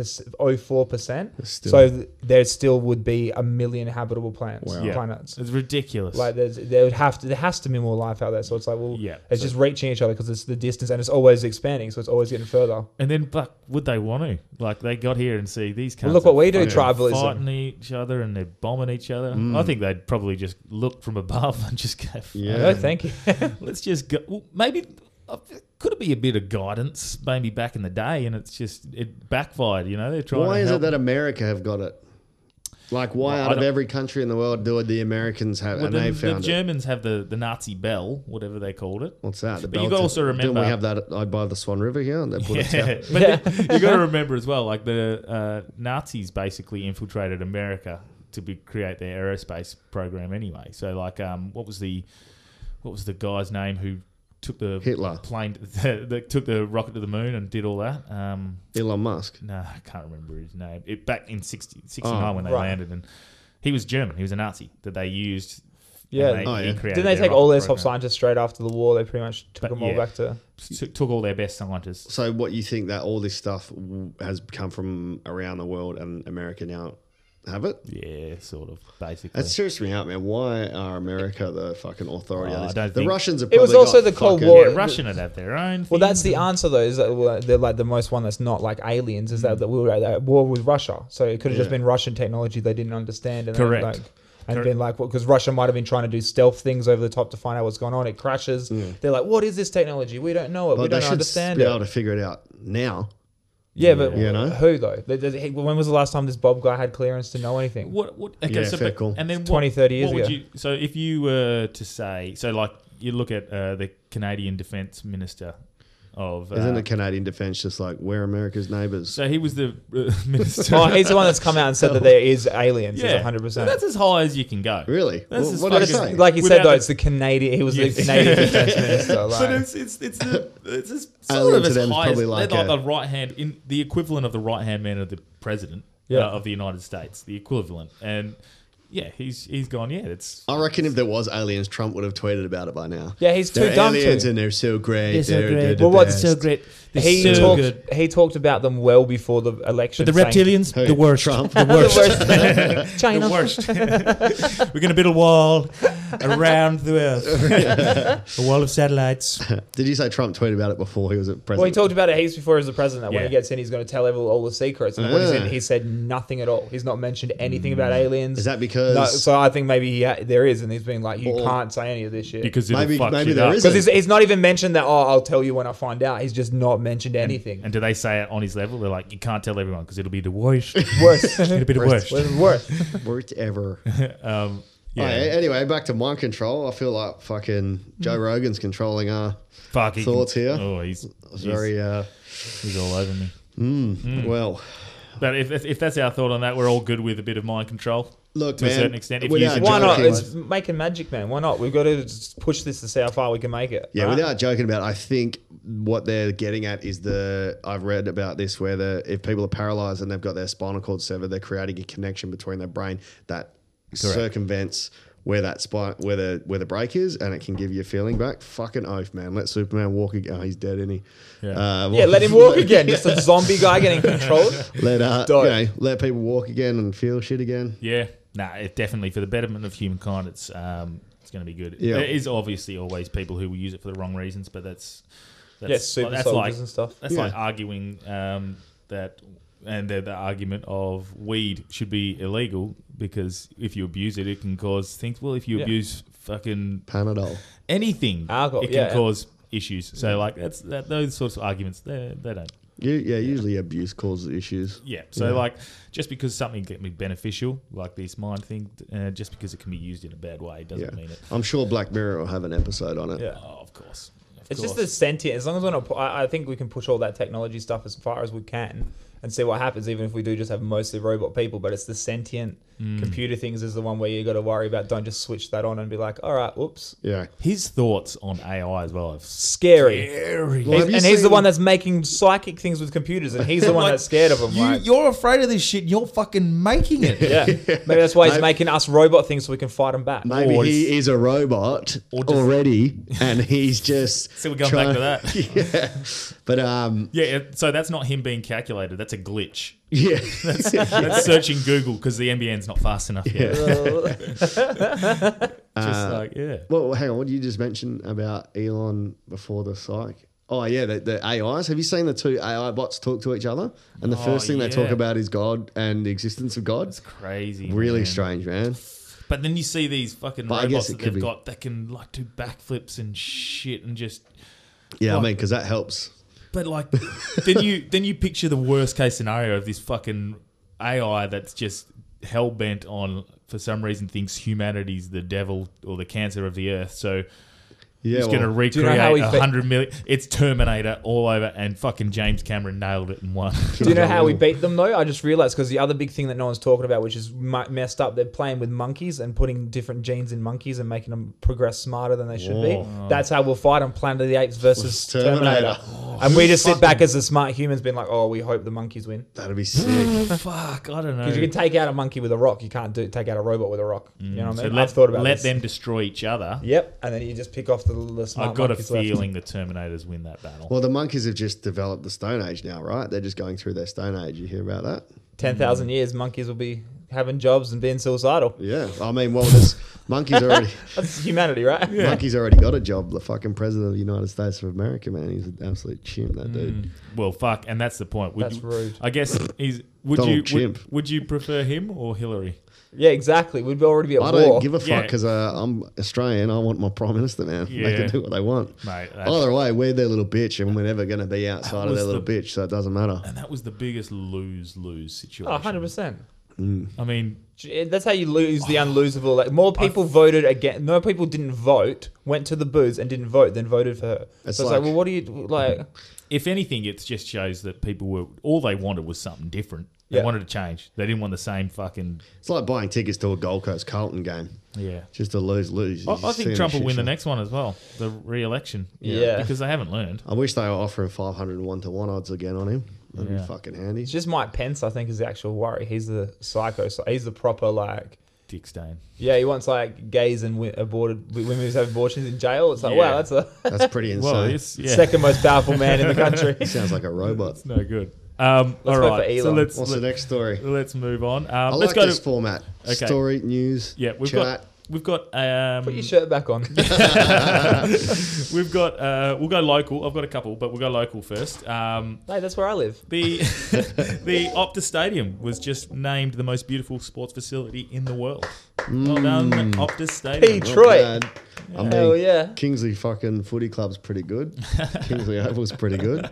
0.04 percent, still- so th- there still would be a million habitable planets. Yeah. Planets. It's ridiculous. Like there's, there would have to there has to be more life out there. So it's like well, Yeah. it's just reaching each other because it's the distance and it's always expanding, so it's always getting further. and then, but would they want to? Like, they got here and see these kinds. Well, look what we do, tribalism. Fighting each other and they're bombing each other. Mm. I think they'd probably just look from above and just go, Yeah. No, thank you. Let's just go. Well, maybe uh, could it be a bit of guidance? Maybe back in the day, and it's just it backfired. You know, they're trying. Why to is help. it that America have got it? Like, why Well, I out of don't- every country in the world do the Americans have Well, and the, they've the found it? Germans have the, the Nazi bell, whatever they called it. What's that? The But you Belgian- gotta also remember- Didn't we have that uh, by the Swan River here? They put it Yeah, out. uh, but then you got to remember as well, like the uh, Nazis basically infiltrated America to be, create their aerospace program anyway. So like, um, what was the what was the guy's name who took the Hitler. plane, the, the, took the rocket to the moon and did all that? Um, Elon Musk. no, I can't remember his name. It back in 60, 69 Oh, when they right. landed, and he was German. He was a Nazi that they used. and Yeah. they, Oh, he yeah. created Didn't they their take all rocket their top program. scientists straight after the war? They pretty much took But them all yeah. back to. Took- Took all their best scientists. So, what you think that all this stuff w- has come from around the world and America now have it? Yeah, sort of, basically. That seriously me out, man. Why are America the fucking authority? Oh, on I this? don't the think- Russians are. It was probably also got the Cold fucking- War. yeah, Russian would have their own. Well, that's things. the answer though. Is that well, they're like the most one that's not like aliens. Is that, that we were at war with Russia, so it could have just Mm. Yeah. been Russian technology they didn't understand. And they, Correct. Like, and Correct. been like, because Russia might have been trying to do stealth things over the top to find out what's going on. It crashes. They're like, what is this technology? We don't know it. But we they don't should understand be it. able to figure it out now. yeah, but You know? who though? They- they- hey, When was the last time this Bob guy had clearance to know anything? What? What? Okay, Yeah, so fair but- call. and then what, 20, 30 years what would ago. you? So if you were to say, so like you look at uh, the Canadian Defence Minister of, uh, Isn't the Canadian defense just like we're America's neighbors? so he was the uh, minister. Oh, he's the one that's come out and said that there is aliens. Yeah, yeah, hundred So percent. That's as high as you can go. Really? That's Well, as what did fucking- he say? Like you said Without though, the- it's the Canadian. He was Yes. the Canadian defense minister. Like, But it's it's it's the it's as sort Alien of to as them is high as probably they're like like, a- the right hand in the equivalent of the right hand man of the president Yeah. uh, of the United States, the equivalent, and yeah, he's he's gone. Yeah, it's I reckon if there was aliens, Trump would have tweeted about it by now. Yeah, he's They're too dumb to. aliens and they're so great. They're, they're the Well, what's best. so great? he talked. He talked about them well before the election. The saying- reptilians, Who? the worst. Trump? The worst. The worst. China. the worst. We're going to build a wall around the Earth. a wall of satellites. Did you say Trump tweeted about it before he was at president? Well, he talked about it heaps before he was the president. That When he Yeah. gets in, he's going to tell everyone all the secrets. And when he's in, Ah. he said nothing at all. He's not mentioned anything about aliens. Is that because No, so I think maybe he ha- there is, and he's been like, you Or- can't say any of this shit. Because it'll Maybe- fuck maybe shit there up. is a- Because he's, he's not even mentioned that. Oh, I'll tell you when I find out. He's just not mentioned anything. And do they say it on his level? They're like, you can't tell everyone because it'll be the worst. worse, it'll be the worst. worse, worse. worst ever? Um, All right, yeah, anyway, back to mind control. I feel like fucking Hmm. Joe Rogan's controlling our fuck. he can- Thoughts here? Oh, he's, he's, very. Uh, he's all over me. Well, Hmm. But if, if if that's our thought on that, we're all good with a bit of mind control. Look, to a man, certain extent, if you without use a Why Why not? not? joking- It's making magic, man. Why not? We've got to just push this to see how far we can make it. Yeah, right? without joking about, it, I think what they're getting at is the I've read about this where the if people are paralyzed and they've got their spinal cord severed, they're creating a connection between their brain that circumvents where that spine where the where the break is, and it can give you a feeling back. Fucking oath, man! Let Superman walk again. Oh, he's dead, isn't he? Yeah. Uh, Yeah, let him walk again. Just a zombie guy getting controlled. Let uh, you Die. know, let people walk again and feel shit again. Yeah, nah, it definitely for the betterment of humankind, it's um, it's going to be good. Yeah. There is obviously always people who will use it for the wrong reasons, but that's that's, Yeah, super that's soldiers like Oh, and stuff. that's Yeah. like arguing um, that. And the, the argument of weed should be illegal because if you abuse it, it can cause things. Well, if you Yeah. abuse fucking Panadol. anything, Alcohol, it can yeah. cause issues. So, like that's that, those sorts of arguments, they they don't You, yeah, usually abuse causes issues. yeah. So like, just because something can be beneficial, like this mind thing, uh, just because it can be used in a bad way, doesn't Yeah, mean it. I'm sure Black Mirror will have an episode on it. Yeah. Oh, of course. Of It's course. just the sentient. As long as we're not, pu- I I think we can push all that technology stuff as far as we can and see what happens. Even if we do just have mostly robot people, but it's the sentient Hmm. computer things is the one where you got to worry about. Don't just switch that on and be like, all right, whoops, Yeah. his thoughts on AI as well. It's scary. Scary. Well, have you and he's the seen- one that's making psychic things with computers, and he's the one Like, that's scared of them. You, right? You're afraid of this shit. You're fucking making it. yeah, maybe that's why he's Maybe- making us robot things so we can fight him back. Maybe Or he is a robot or just- already, and he's just. So we're going back to that. Yeah, but um, Yeah, it- so that's not him being calculated. That's a glitch. yeah, That's searching Google because the NBN's not fast enough yet. Uh, Just like, yeah. well, hang on. What did you just mention about Elon before the psych? Oh yeah, the, the AIs. Have you seen the two AI bots talk to each other? And the Oh, first thing they talk yeah. about is God and the existence of God. It's crazy. Really man. strange, man. But then you see these fucking But I robots guess it that could they've be- got that can like do backflips and shit and just Yeah, I Like- mean, because that helps. But like, then you then you picture the worst case scenario of this fucking AI that's just hell bent on, for some reason, thinks humanity's the devil or the cancer of the earth. So Yeah, it's going to well, recreate do you know how we a fi- hundred million. It's Terminator all over, and fucking James Cameron nailed it in one. Do you know how we beat them though? I just realized because the other big thing that no one's talking about, which is mu- messed up, they're playing with monkeys and putting different genes in monkeys and making them progress smarter than they should Whoa. Oh. be. That's how we'll fight on Planet of the Apes versus Terminator. Terminator. Oh, and we just sit back as the smart humans, being like, "Oh, we hope the monkeys win." that'd be sick. Fuck, I don't know. Because you can take out a monkey with a rock, you can't do take out a robot with a rock. you know what I Mm. so mean? let, I've thought about let this. them destroy each other. Yep, and then you just pick off the, the smart. I've got a monkeys left. feeling the Terminators win that battle. well, the monkeys have just developed the Stone Age now, right? They're just going through their Stone Age. You hear about that? Ten thousand Mm. years, monkeys will be having jobs and being suicidal. Yeah, I mean, well, there's monkeys already. That's humanity, right? Monkey's already got a job. The fucking president of the United States of America, man, he's an absolute chimp. That Mm. dude. Well, fuck, and that's the point. Would That's you- rude. I guess is would Donald you would, Chimp. would you prefer him or Hillary? Yeah, exactly. We'd already be at I war. don't give a fuck Yeah. because uh, I'm Australian. I want my prime minister, man. They Yeah. can do what they want. Mate, that's- Either way, we're their little bitch, and we're never going to be outside of was their little the- bitch, so it doesn't matter. And that was the biggest lose lose Oh, situation. 100%. I mean, Gee, That's how you lose the unlosable. Like more people voted again. No people didn't vote. Went to the booths and didn't vote. Then voted for her. It's so it's like, like- well, what do you like? if anything, it just shows that people were all they wanted was something different. They Yeah. wanted to change. They didn't want the same fucking It's like buying tickets to a Gold Coast Carlton game, yeah. just a lose lose. I, I think Trump will win the next one as well, the re-election. Yeah. Yeah. because they haven't learned. I wish they were offering 501 to one odds again on him. That'd Yeah. be fucking handy. It's just Mike Pence. I think is the actual worry. He's the psycho. So he's the proper like. Dick Stain. Yeah, he wants like gays and wi- aborted wi- women who have abortions in jail. It's like, Yeah. wow, that's the That's pretty insane. Well, it's yeah, second most powerful man in the country. He sounds like a robot. it's no good. Um, all vote right, for so Elon. let's What's the let, next story? us move on. Um, I let's like go this to format. Okay. Story, news, yeah. We've chat. got we've got um, Put your shirt back on. We've got uh, we'll go local. I've got a couple, but we'll go local first. Um, hey, that's where I live. the the Optus Stadium was just named the most beautiful sports facility in the world. Well done, Mm. Optus Stadium. Peach. Not Detroit. bad. Oh, I mean, Hell yeah. Kingsley fucking footy club's pretty good. Kingsley Oval's pretty good.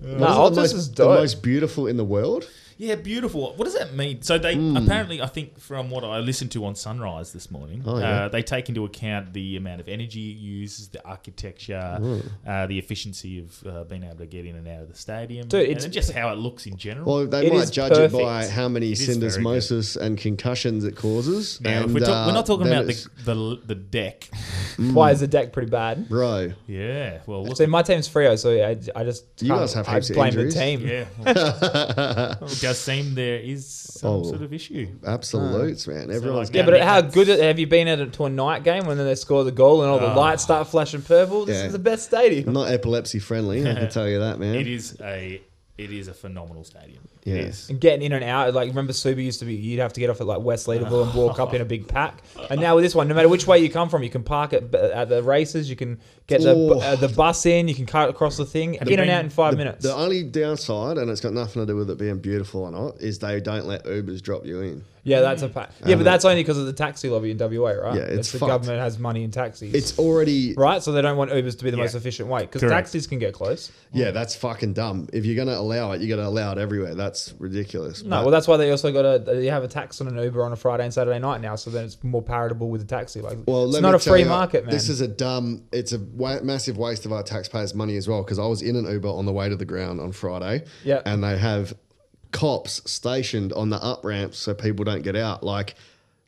Wasn't Nah, it Optus the most, is the dope. most beautiful in the world. Yeah, beautiful. What does that mean? So they Hmm. apparently, I think, from what I listened to on Sunrise this morning, Oh, yeah. uh, they take into account the amount of energy it uses, the architecture, uh, the efficiency of uh, being able to get in and out of the stadium, Dude, and it's- then just how it looks in general. Well, they It might is judge it by perfect. how many is very good. syndesmosis and concussions it causes. now, if and, we're, talk- uh, we're not talking then about it's- the, the the deck. mm. Why is the deck pretty bad? bro. yeah. Well, look, So my team's Frio, so I, I just You can't- guys have I heaps of blame injuries. the team. yeah. Well, it does seem there is some Oh. sort of issue. Absolutes, man. Everyone's Ah, like got Yeah, that but makes how sense. good have you been at it to a night game when then they score the goal and all the lights start flashing purple? This Ah. Yeah. is the best stadium. not epilepsy friendly. I can tell you that, man. It is a it is a phenomenal stadium. Yeah. It is. And getting in and out, like remember Subi used to be, you'd have to get off at like West Leaderville and walk up in a big pack. And now with this one, no matter which way you come from, you can park at, at the races, you can get the Oh. uh, the bus in, you can cut across the thing, in and been- out in five The- minutes. The only downside, and it's got nothing to do with it being beautiful or not, is they don't let Ubers drop you in. yeah, that's a pack. Yeah, And but that's only because of the taxi lobby in WA, right? Yeah, it's the fucked. government has money in taxis. It's already right? So they don't want Ubers to be the Yeah. most efficient way because Correct. taxis can get close. yeah, that's fucking dumb. If you're gonna allow it, you're gonna allow it everywhere. That's ridiculous. No, well, that's why they also got a you have a tax on an Uber on a Friday and Saturday night now, so then it's more palatable with a taxi. Like, Well, it's let not me a tell free you, market, man. This is a dumb. It's a wa- massive waste of our taxpayers' money as well. Because I was in an Uber on the way to the ground on Friday. Yeah. and they have cops stationed on the up ramps so people don't get out. Like,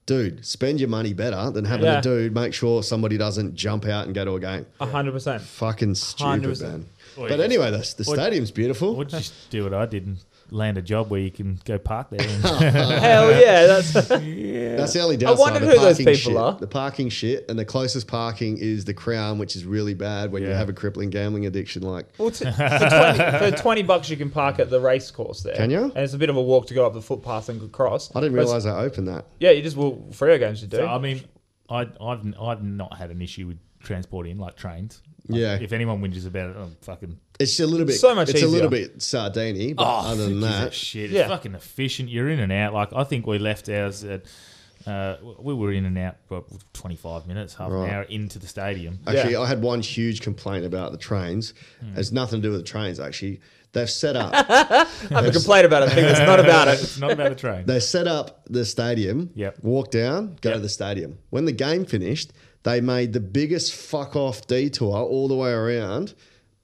dude, spend your money better than having Yeah. a dude make sure somebody doesn't jump out and go to a game. hundred percent. Fucking stupid, 100%. man. Or But you- anyway, the, the or- stadium's beautiful. Or just do what I did and land a job where you can go park there. And Hell yeah, that's That's the only downside. wondered the who those parking people shit. are. The parking shit, and the closest parking is the Crown, which is really bad when you Yeah. have a crippling gambling addiction. Like, well, t- for, 20, for twenty bucks you can park at the race course there. Can you? And it's a bit of a walk to go up the footpath and cross. I didn't Whereas- realize they opened that. Yeah, you just will. Freo games you do. I mean, I, I've I've not had an issue with transport in like trains. Like, Yeah. If anyone whinges about it, I'm fucking. It's a little bit. So much It's a little easier. bit sardini, but Oh, other than that, shit, Yeah. it's fucking efficient. You're in and out. Like I think we left ours at. Uh, we were in and out for 25 minutes, half Right. an hour into the stadium. actually, Yeah. I had one huge complaint about the trains. Hmm. It's nothing to do with the trains. Actually, they've set up. I have a complaint about it. I think it's not about it. It's not about the train. they set up the stadium. Yep. Walk down, go to Yep. the stadium. When the game finished, they made the biggest fuck off detour all the way around,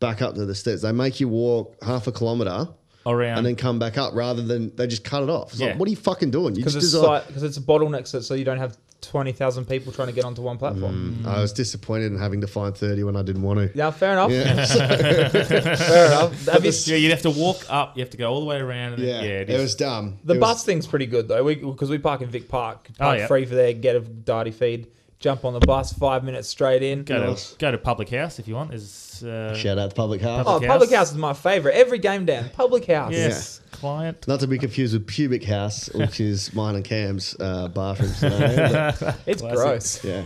back up to the steps. They make you walk half a kilometer. Around and then come back up rather than they just cut it off. It's Yeah. like, what are you fucking doing? You Because just it's design- because it's a bottleneck, so, so you don't have twenty thousand people trying to get onto one platform. I was disappointed in having to find 30 when I didn't want to. Yeah, fair enough. Yeah. So, Fair enough. Have you- Yeah, you'd have to walk up. You have to go all the way around. And yeah. then, yeah it it, is. was dumb. The It bus was- thing's pretty good though, because we, 'cause we park in Vic Park, park Oh, yeah. free for there, get a darty feed, jump on the bus, five minutes straight in. go Nice. to go to public house if you want. There's uh, Shout out to Public Health. oh, Public public House. house is my favorite. Every game down, public house. yes, client. Not to be confused with Pubic House, which is mine and Cam's uh, bathroom. today, but, It's gross. yeah.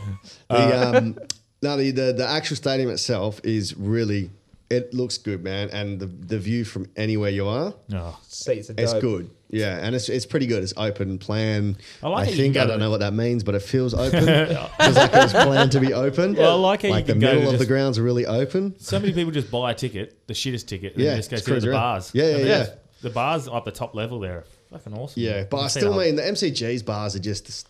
Uh, The, um, no, the, the, the actual stadium itself is really, it looks good, man. And the, the view from anywhere you are, Oh, Seats are dope. It's good. Yeah, and it's it's pretty good. It's open plan. I I, like how you can think go I to don't the- know what that means, but it feels open. Feels like it was planned to be open. Well, I like how you like the can go to middle of the just- grounds are really open. so many people just buy a ticket, the shittest ticket, and Yeah, just go just sit at cruise the around. bars. Yeah, yeah, And yeah. there's- The bars up the top level there are fucking awesome. Yeah, but I I've seen still a- mean the MCG's bars are just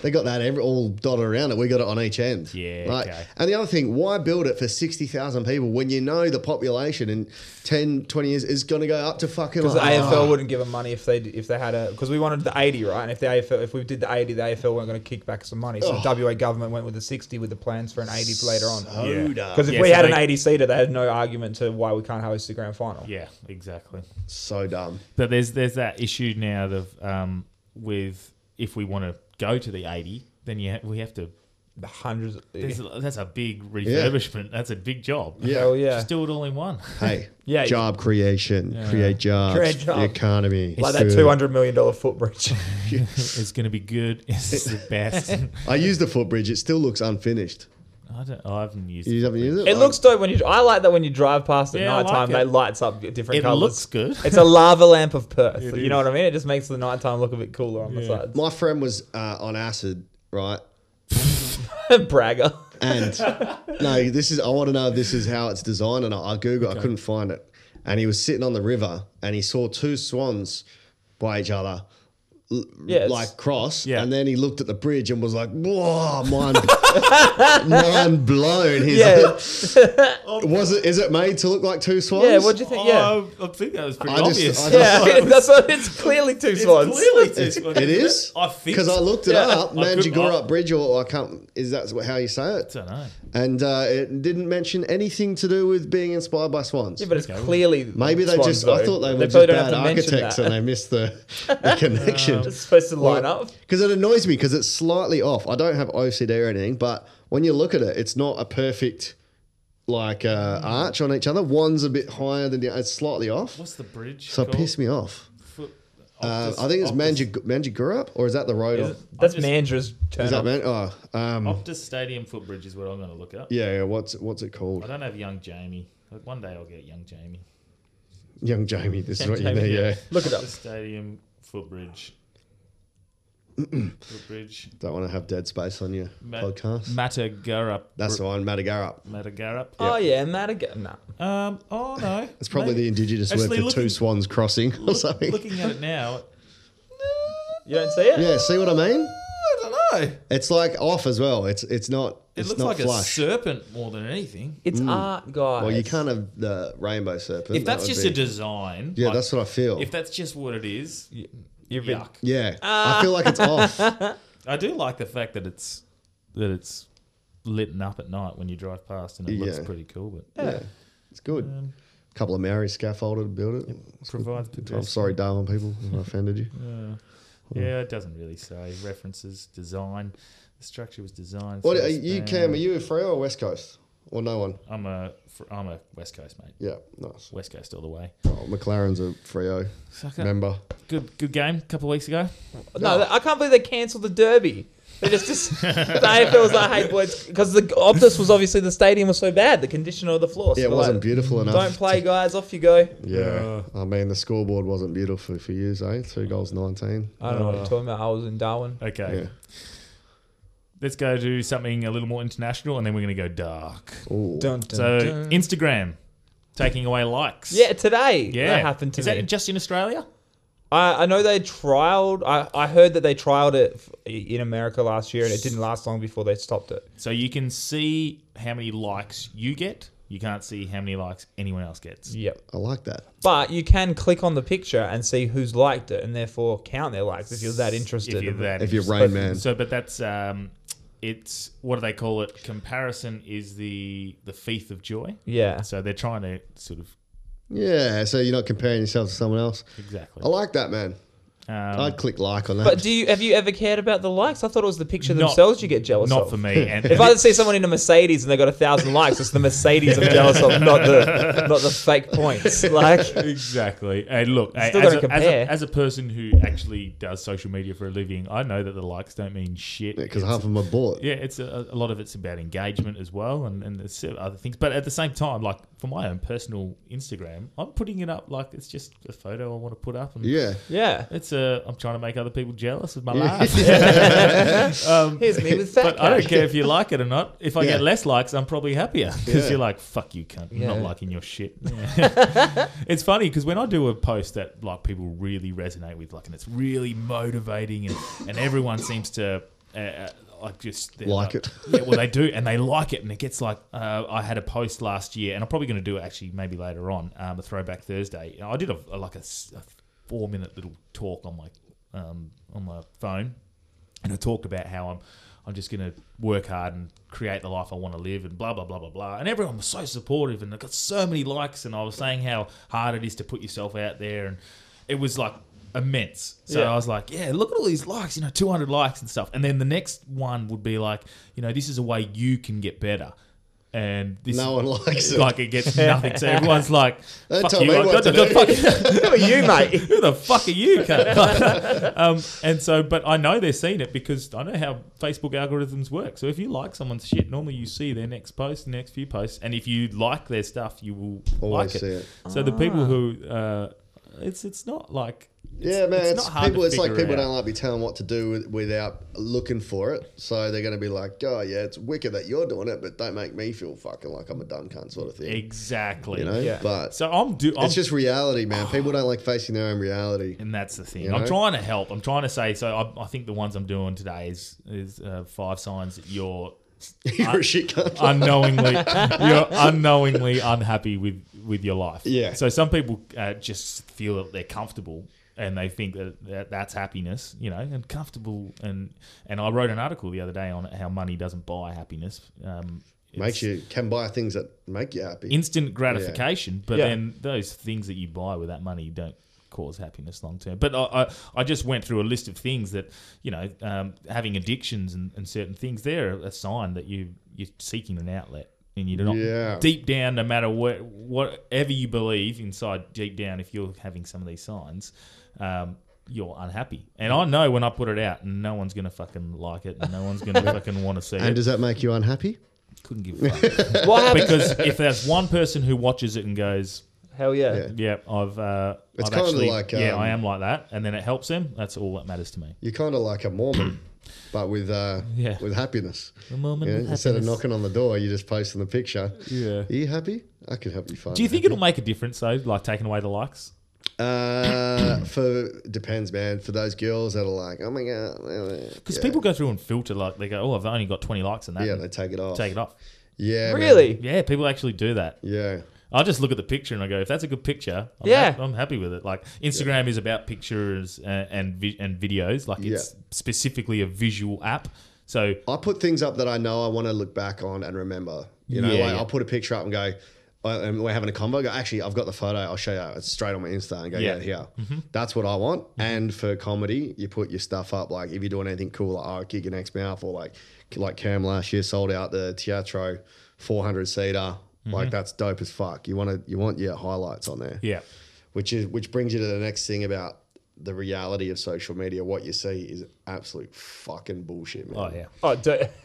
they got that every, all dotted around it. We got it on each end. Yeah, Like, okay. And the other thing, why build it for sixty thousand people when you know the population in 10, 20 years is going to go up to fucking Because the like, AFL wouldn't give them money if they if they had a because we wanted the eighty right, and if the AFL if we did the eighty, the AFL weren't going to kick back some money. So the WA government went with the sixty with the plans for an eighty for later on. oh, Yeah. duh. Because if Yeah, we so had an they- eighty seater, they had no argument to why we can't host the grand final. Yeah, exactly. so dumb. But there's there's that issue now of um, with if we want to go to the 80, then you ha- we have to. The Hundreds. There's, That's a big refurbishment. That's a big job. Yeah. Hell yeah. Just do it all in one. Hey, Yeah. job creation, create jobs, Create the jobs. economy, like that food. two hundred million dollar foot bridge. it's going to be good. It's the best. I used the footbridge. It still looks unfinished. I, don't, I haven't used You haven't used it. It looks dope when you. I like that when you drive past at Yeah, I night time, like they it. lights up different It colors. looks good. It's a lava lamp of Perth. It you know is. what I mean? It just makes the nighttime look a bit cooler on the My friend was uh, on acid, right? sides. Bragger. And no, this is. I want to know if this is how it's designed. And I, I googled. I couldn't find it. And he was sitting on the river, and he saw two swans. by each other. l- Yeah, it's- like cross, Yeah. and then he looked at the bridge and was like, "Whoa, mind, mind blown." He's Yeah. like, "Was it? Is it made to look like two swans?" Yeah, what do you think? Yeah. Oh, I, I think that was pretty I just- obvious. I just- Yeah, that's what, it's clearly two It's swans. clearly two swans. It is I think because I looked it Yeah. up, I couldn't- Manjigora Bridge, or I can't. Is that how you say it? I don't know. And uh, it didn't mention anything to do with being inspired by swans. Yeah, but it's clearly Maybe they swans, just. I though. thought they were just probably don't have bad to mention architects that. and they missed the, the connection. It's supposed to line up. Because it annoys me because it's slightly off. I don't have OCD or anything, but when you look at it, it's not a perfect like uh, arch on each other. One's a bit higher than the other. It's slightly off. What's the bridge? So it pissed me off. Uh, I think it's Manji Manjigurup, or is that the road? Is Is, it- That's I'm just- Mandra's turn. is that up. man? Oh, um, Optus Stadium footbridge is what I'm going to look up. yeah, yeah. What's what's it I called? don't have young Jamie. Like, One day I'll get young Jamie. Young Jamie. This is Young what you Jamie, need. yeah. Yeah, Look it up. Optus Stadium footbridge. footbridge. don't want to have dead space on your Ma- podcast. Matagarup. That's the one, Matagarup. Matagarup. Oh yeah, Madagascar. Nah. Um. Oh no. It's probably the indigenous Actually, word for looking- two swans crossing or something. Looking at it now, You don't see it? yeah, see what I mean? I don't know. It's like off as well. It's it's not. It it's looks not like a flush. serpent more than anything. It's art, guys. Mm. Well, you can't have the rainbow serpent. If that's that would just be- a design, yeah, like, that's what I feel. if that's just what it is, You're a bit- yuck. yeah, I feel like it's off. Ah. I do like the fact that it's that it's lit up at night when you drive past, and it looks Yeah. pretty cool. But yeah, it's good. Um, A couple of Maori scaffolded to build it. provides I'm pedestrian. sorry, Darwin people, if I offended you. Yeah, it doesn't really say references, design. The structure was designed. What for are this you, band. Cam? Are you a Freo or West Coast or no one? I'm a fr- I'm a West Coast mate. Yeah, nice. West Coast all the way. Oh, McLaren's a Freo member. Good good game. A couple of weeks ago. No, I can't believe they cancelled the derby. They just, just the AFL was like, hey boys, because the Optus was obviously the stadium was so bad, the condition of the floor. So Yeah, it they're wasn't like, beautiful enough. Don't play, guys. Off you go. Yeah, I mean the scoreboard wasn't beautiful for you, eh? Two goals, nineteen. I don't know what you're talking about. I was in Darwin. Okay. Yeah. Let's go to something a little more international, and then we're going to go dark. Ooh. Dun, dun, So dun. Instagram taking away likes. yeah, today Yeah. that happened to Is me. that just in Australia? I, I know they trialed. I, I heard that they trialed it f- in America last year, and it didn't last long before they stopped it. So you can see how many likes you get. You can't see how many likes anyone else gets. Yep. I like that. But you can click on the picture and see who's liked it, and therefore count their likes if you're that interested. If you're that If you're interested. Rain Man, So, but that's um, it's what do they call it? Comparison is the the feast of joy. Yeah. So they're trying to sort of yeah. So you're not comparing yourself to someone else. exactly. Oh, I like that, man. Um, I'd click like on that. But do you have you ever cared about the likes? I thought it was the picture Not- themselves you get jealous not of. for me. And, If I see someone in a Mercedes and they got a thousand likes, it's the Mercedes I'm jealous of, not the not the fake points. Like, Exactly. And look, hey, Still as, a, as, gotta a, compare. as a person who actually does social media for a living, I know that the likes don't mean shit. because It's- half of them are bought. yeah, it's a, a lot of it's about engagement as well, and and there's other things. But at the same time, like for my own personal Instagram, I'm putting it up like it's just a photo I want to put up, and Yeah. yeah, it's a I'm trying to make other people jealous of my Um, Yeah. life. here's me with fat. But I don't cash. care if you like it or not. If I Yeah. get less likes, I'm probably happier because Yeah. you're like, "Fuck you, cunt! I'm not Yeah. liking your shit." it's funny because when I do a post that like people really resonate with, like, and it's really motivating, and, and everyone seems to uh, uh, like just they're Like it. Yeah, well, they do, and they like it, and it gets like uh, I had a post last year, and I'm probably going to do it actually maybe later on, um, a Throwback Thursday. I did a, a- like a, s- a four minute little talk on my um, on my phone and I talked about how I'm I'm just gonna work hard and create the life I want to live and blah blah blah blah blah. And everyone was so supportive and I got so many likes and I was saying how hard it is to put yourself out there and it was like immense. So Yeah. I was like, yeah, look at all these likes, you know, 200 likes and stuff. And then the next one would be like, you know, this is a way you can get better. And this No one likes it. like it gets nothing. So everyone's like, Don't fuck tell you. me I've got what to to go do. fucking Who are you, mate? who the fuck are you? cunt? um, and so, but I know they're seeing it because I know how Facebook algorithms work. So if you like someone's shit, normally you see their next post, next few posts, and if you like their stuff, you will Always like see it. it. So the people who uh, it's it's not like yeah, man. it's It's, not hard to people. It's like figure people out. don't like be telling what to do with, without looking for it. So they're going to be like, "Oh yeah, it's wicked that you're doing it, but don't make me feel fucking like I'm a dumb cunt," sort of thing. Exactly. You know. Yeah. But So I'm do. I'm, it's just reality, man. People don't like facing their own reality. and that's the thing. You I'm know? trying to help. I'm trying to say. So I, I think the ones I'm doing today is is uh, five signs that you're You're a shit cunt. unknowingly you're unknowingly unhappy with with your life. Yeah. So some people uh, just feel that they're comfortable and they think that, that that's happiness, you know, and comfortable and and I wrote an article the other day on how money doesn't buy happiness. Um, it's Makes you can buy things that make you happy. instant gratification, but Yeah. then those things that you buy with that money don't cause happiness long term. But I, I, I just went through a list of things that you know, um, having addictions and, and certain things, they're a sign that you you're seeking an outlet. And you're not Yeah. deep down, no matter what, whatever you believe inside, deep down, if you're having some of these signs, um, you're unhappy. And I know when I put it out, no one's gonna fucking like it, and no one's gonna fucking want to see and it. does that make you unhappy? Couldn't give a fuck What happened? because if there's one person who watches it and goes, Hell Yeah. yeah. "Yeah, I've," uh, It's I've kinda actually, like, yeah, um, I am like that, and then it helps them. That's all that matters to me. You're kind of like a Mormon, but with uh, Yeah. with happiness. The moment You know, of Instead of happiness. knocking on the door, you just posting the picture. Yeah. Are you happy? I can help you find. Do you it. think it'll make a difference though, like taking away the likes? Uh, for depends, man. For those girls that are like, oh my god, Because people go through and filter, like they go, "Oh, I've only got 20 likes on that." yeah, and they take it off. take it off. Yeah, man. Really? Yeah, people actually do that. Yeah, I just look at the picture and I go, "If that's a good picture, I'm Yeah. hap- I'm happy with it." Like Instagram is about pictures and and, vi- and videos. Like it's Yeah. specifically a visual app. So I put things up that I know I want to look back on and remember. You know, Yeah, like yeah. I'll put a picture up and go. uh, And we're having a convo. I Go, actually, I've got the photo. I'll show you. It's straight on my Insta and go, Yeah. Mm-hmm. yeah, here. That's what I want. And for comedy, you put your stuff up. Like if you're doing anything cool, like oh, gig in X mouth or like like Cam last year sold out the Teatro 400 seater. Like that's dope as fuck. You want to you want your highlights on there. Mm-hmm. yeah, which is which brings you to the next thing about the reality of social media. What you see is absolute fucking bullshit, man. oh yeah. Oh, do-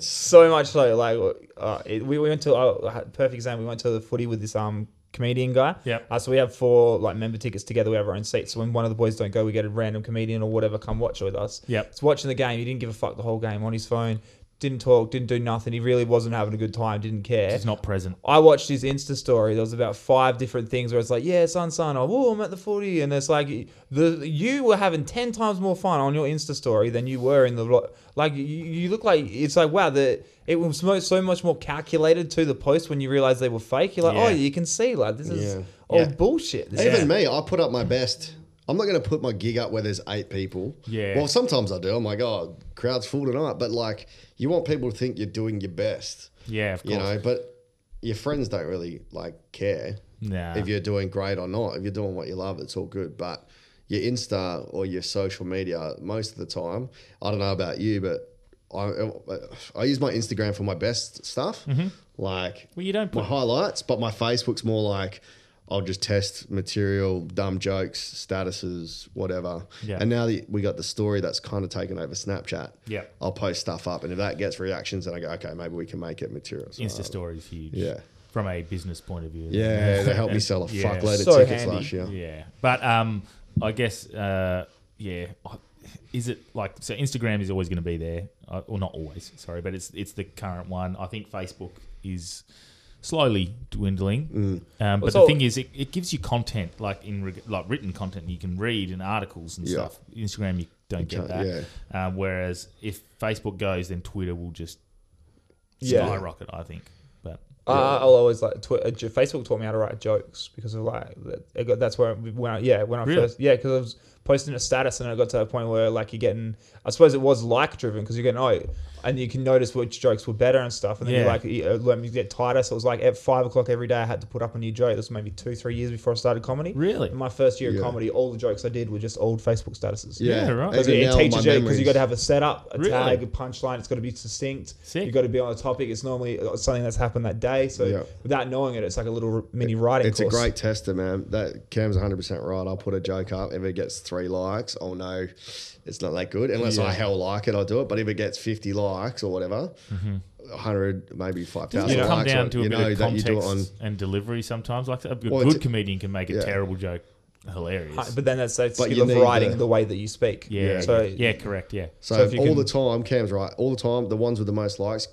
so much so. Like, uh, it, we we went to uh, perfect example. We went to the footy with this um comedian guy. Yep. Uh, so we have four like member tickets together. We have our own seats. So when one of the boys don't go, we get a random comedian or whatever come watch with us. Yep. It's watching the game. He didn't give a fuck the whole game on his phone. Didn't talk. Didn't do nothing. He really wasn't having a good time. Didn't care. It's not present. I watched his Insta story. There was about five different things where it's like, yeah, son, son, or oh, I'm at the footy, and it's like the you were having ten times more fun on your Insta story than you were in the ro- like. You, you look like it's like wow, the it was mo- so much more calculated to the post when you realize they were fake. You're like, Yeah. oh, you can see like this is Yeah. all Yeah. bullshit. This Even is- me, I put up my best. I'm not going to put my gig up where there's eight people. Yeah. Well, sometimes I do. I'm like, oh, crowd's full tonight. But like, you want people to think you're doing your best. Yeah, of course. You know, but your friends don't really like care Nah. if you're doing great or not. If you're doing what you love, it's all good. But your Insta or your social media, most of the time, I don't know about you, but I I use my Instagram for my best stuff, like Mm-hmm. Well, you don't my put- highlights, but my Facebook's more like. I'll just test material, dumb jokes, statuses, whatever. Yeah. And now that we got the story that's kind of taken over Snapchat, Yeah. I'll post stuff up. And if that gets reactions, then I go, okay, maybe we can make it material. So, Insta story is huge. Uh, Yeah. From a business point of view. yeah, they helped me sell a Yeah. fuckload of So tickets handy. last year. Yeah. But um, I guess uh, yeah. I- Is it like so? Instagram is always going to be there, uh, or not always. Sorry, but it's it's the current one. I think Facebook is slowly dwindling. Mm. Um, but so- the thing is, it, it gives you content like in reg- like written content you can read and articles and Yeah. stuff. Instagram you don't get can't- that. Um, whereas if Facebook goes, then Twitter will just Yeah. skyrocket. I think. But Uh, I'll always like twi- uh, j- Facebook taught me how to write jokes because of like that- it got, that's where when I, yeah when I Really? first yeah because I was posting a status and it got to a point where like you're getting I suppose it was like driven because you're getting oh and you can notice which jokes were better and stuff and then Yeah. you like you, uh, let me get tighter so it was like at five o'clock every day I had to put up a new joke this was maybe two three years before I started comedy Really? in my first year of Yeah. comedy all the jokes I did were just old Facebook statuses Yeah, right. Even because it, it now, teaches my you because memories- you got to have a setup, a Really? tag, a punchline. It's got to be succinct. Sick. You got to be on a topic. It's normally uh, something that's happened that day. So Yeah. without knowing it, it's like a little mini writing. It's a course. great tester, man. That Cam's 100 percent right. I'll put a joke up. If it gets three likes, I'll know it's not that good. Unless I hell like it, I'll do it. But if it gets 50 likes or whatever, 100 maybe 5,000 Doesn't it likes, Mm-hmm. come on- down to a you bit know of that you context do it on. and delivery sometimes. Like a good, Well, good it's- comedian can make a yeah. terrible joke. hilarious. Uh, But then that's that But skill you of need writing the- the way that you speak. yeah, yeah, So yeah, correct. Yeah, So, So if you all can- the time, Cam's right. All the time, the ones with the most likes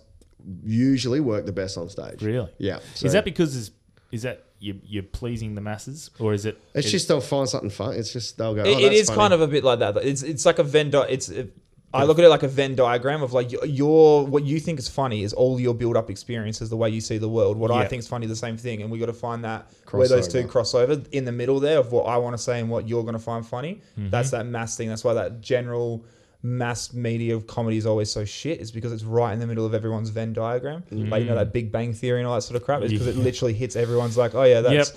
usually work the best on stage. really. Yeah. so- Is that because is is that you, you're pleasing the masses, or is it? It's is- just they'll find something fun. It's just they'll go. It- oh, it that's is funny. kind of a bit like that. though. It's it's like a Venn. Di- it's it, I look at it like a Venn diagram of like your- your what you think is funny is all your build up experiences, the way you see the world. What I Yeah. think is funny, the same thing, and we got to find that where those two Crossover. cross over in the middle there of what I want to say and what you're going to find funny. Mm-hmm. That's that mass thing. That's why that general mass media of comedy is always so shit. Is because it's right in the middle of everyone's Venn diagram. Mm. Like you know that Big Bang Theory and all that sort of crap. It's because it Yeah. literally hits everyone's like, oh yeah, that's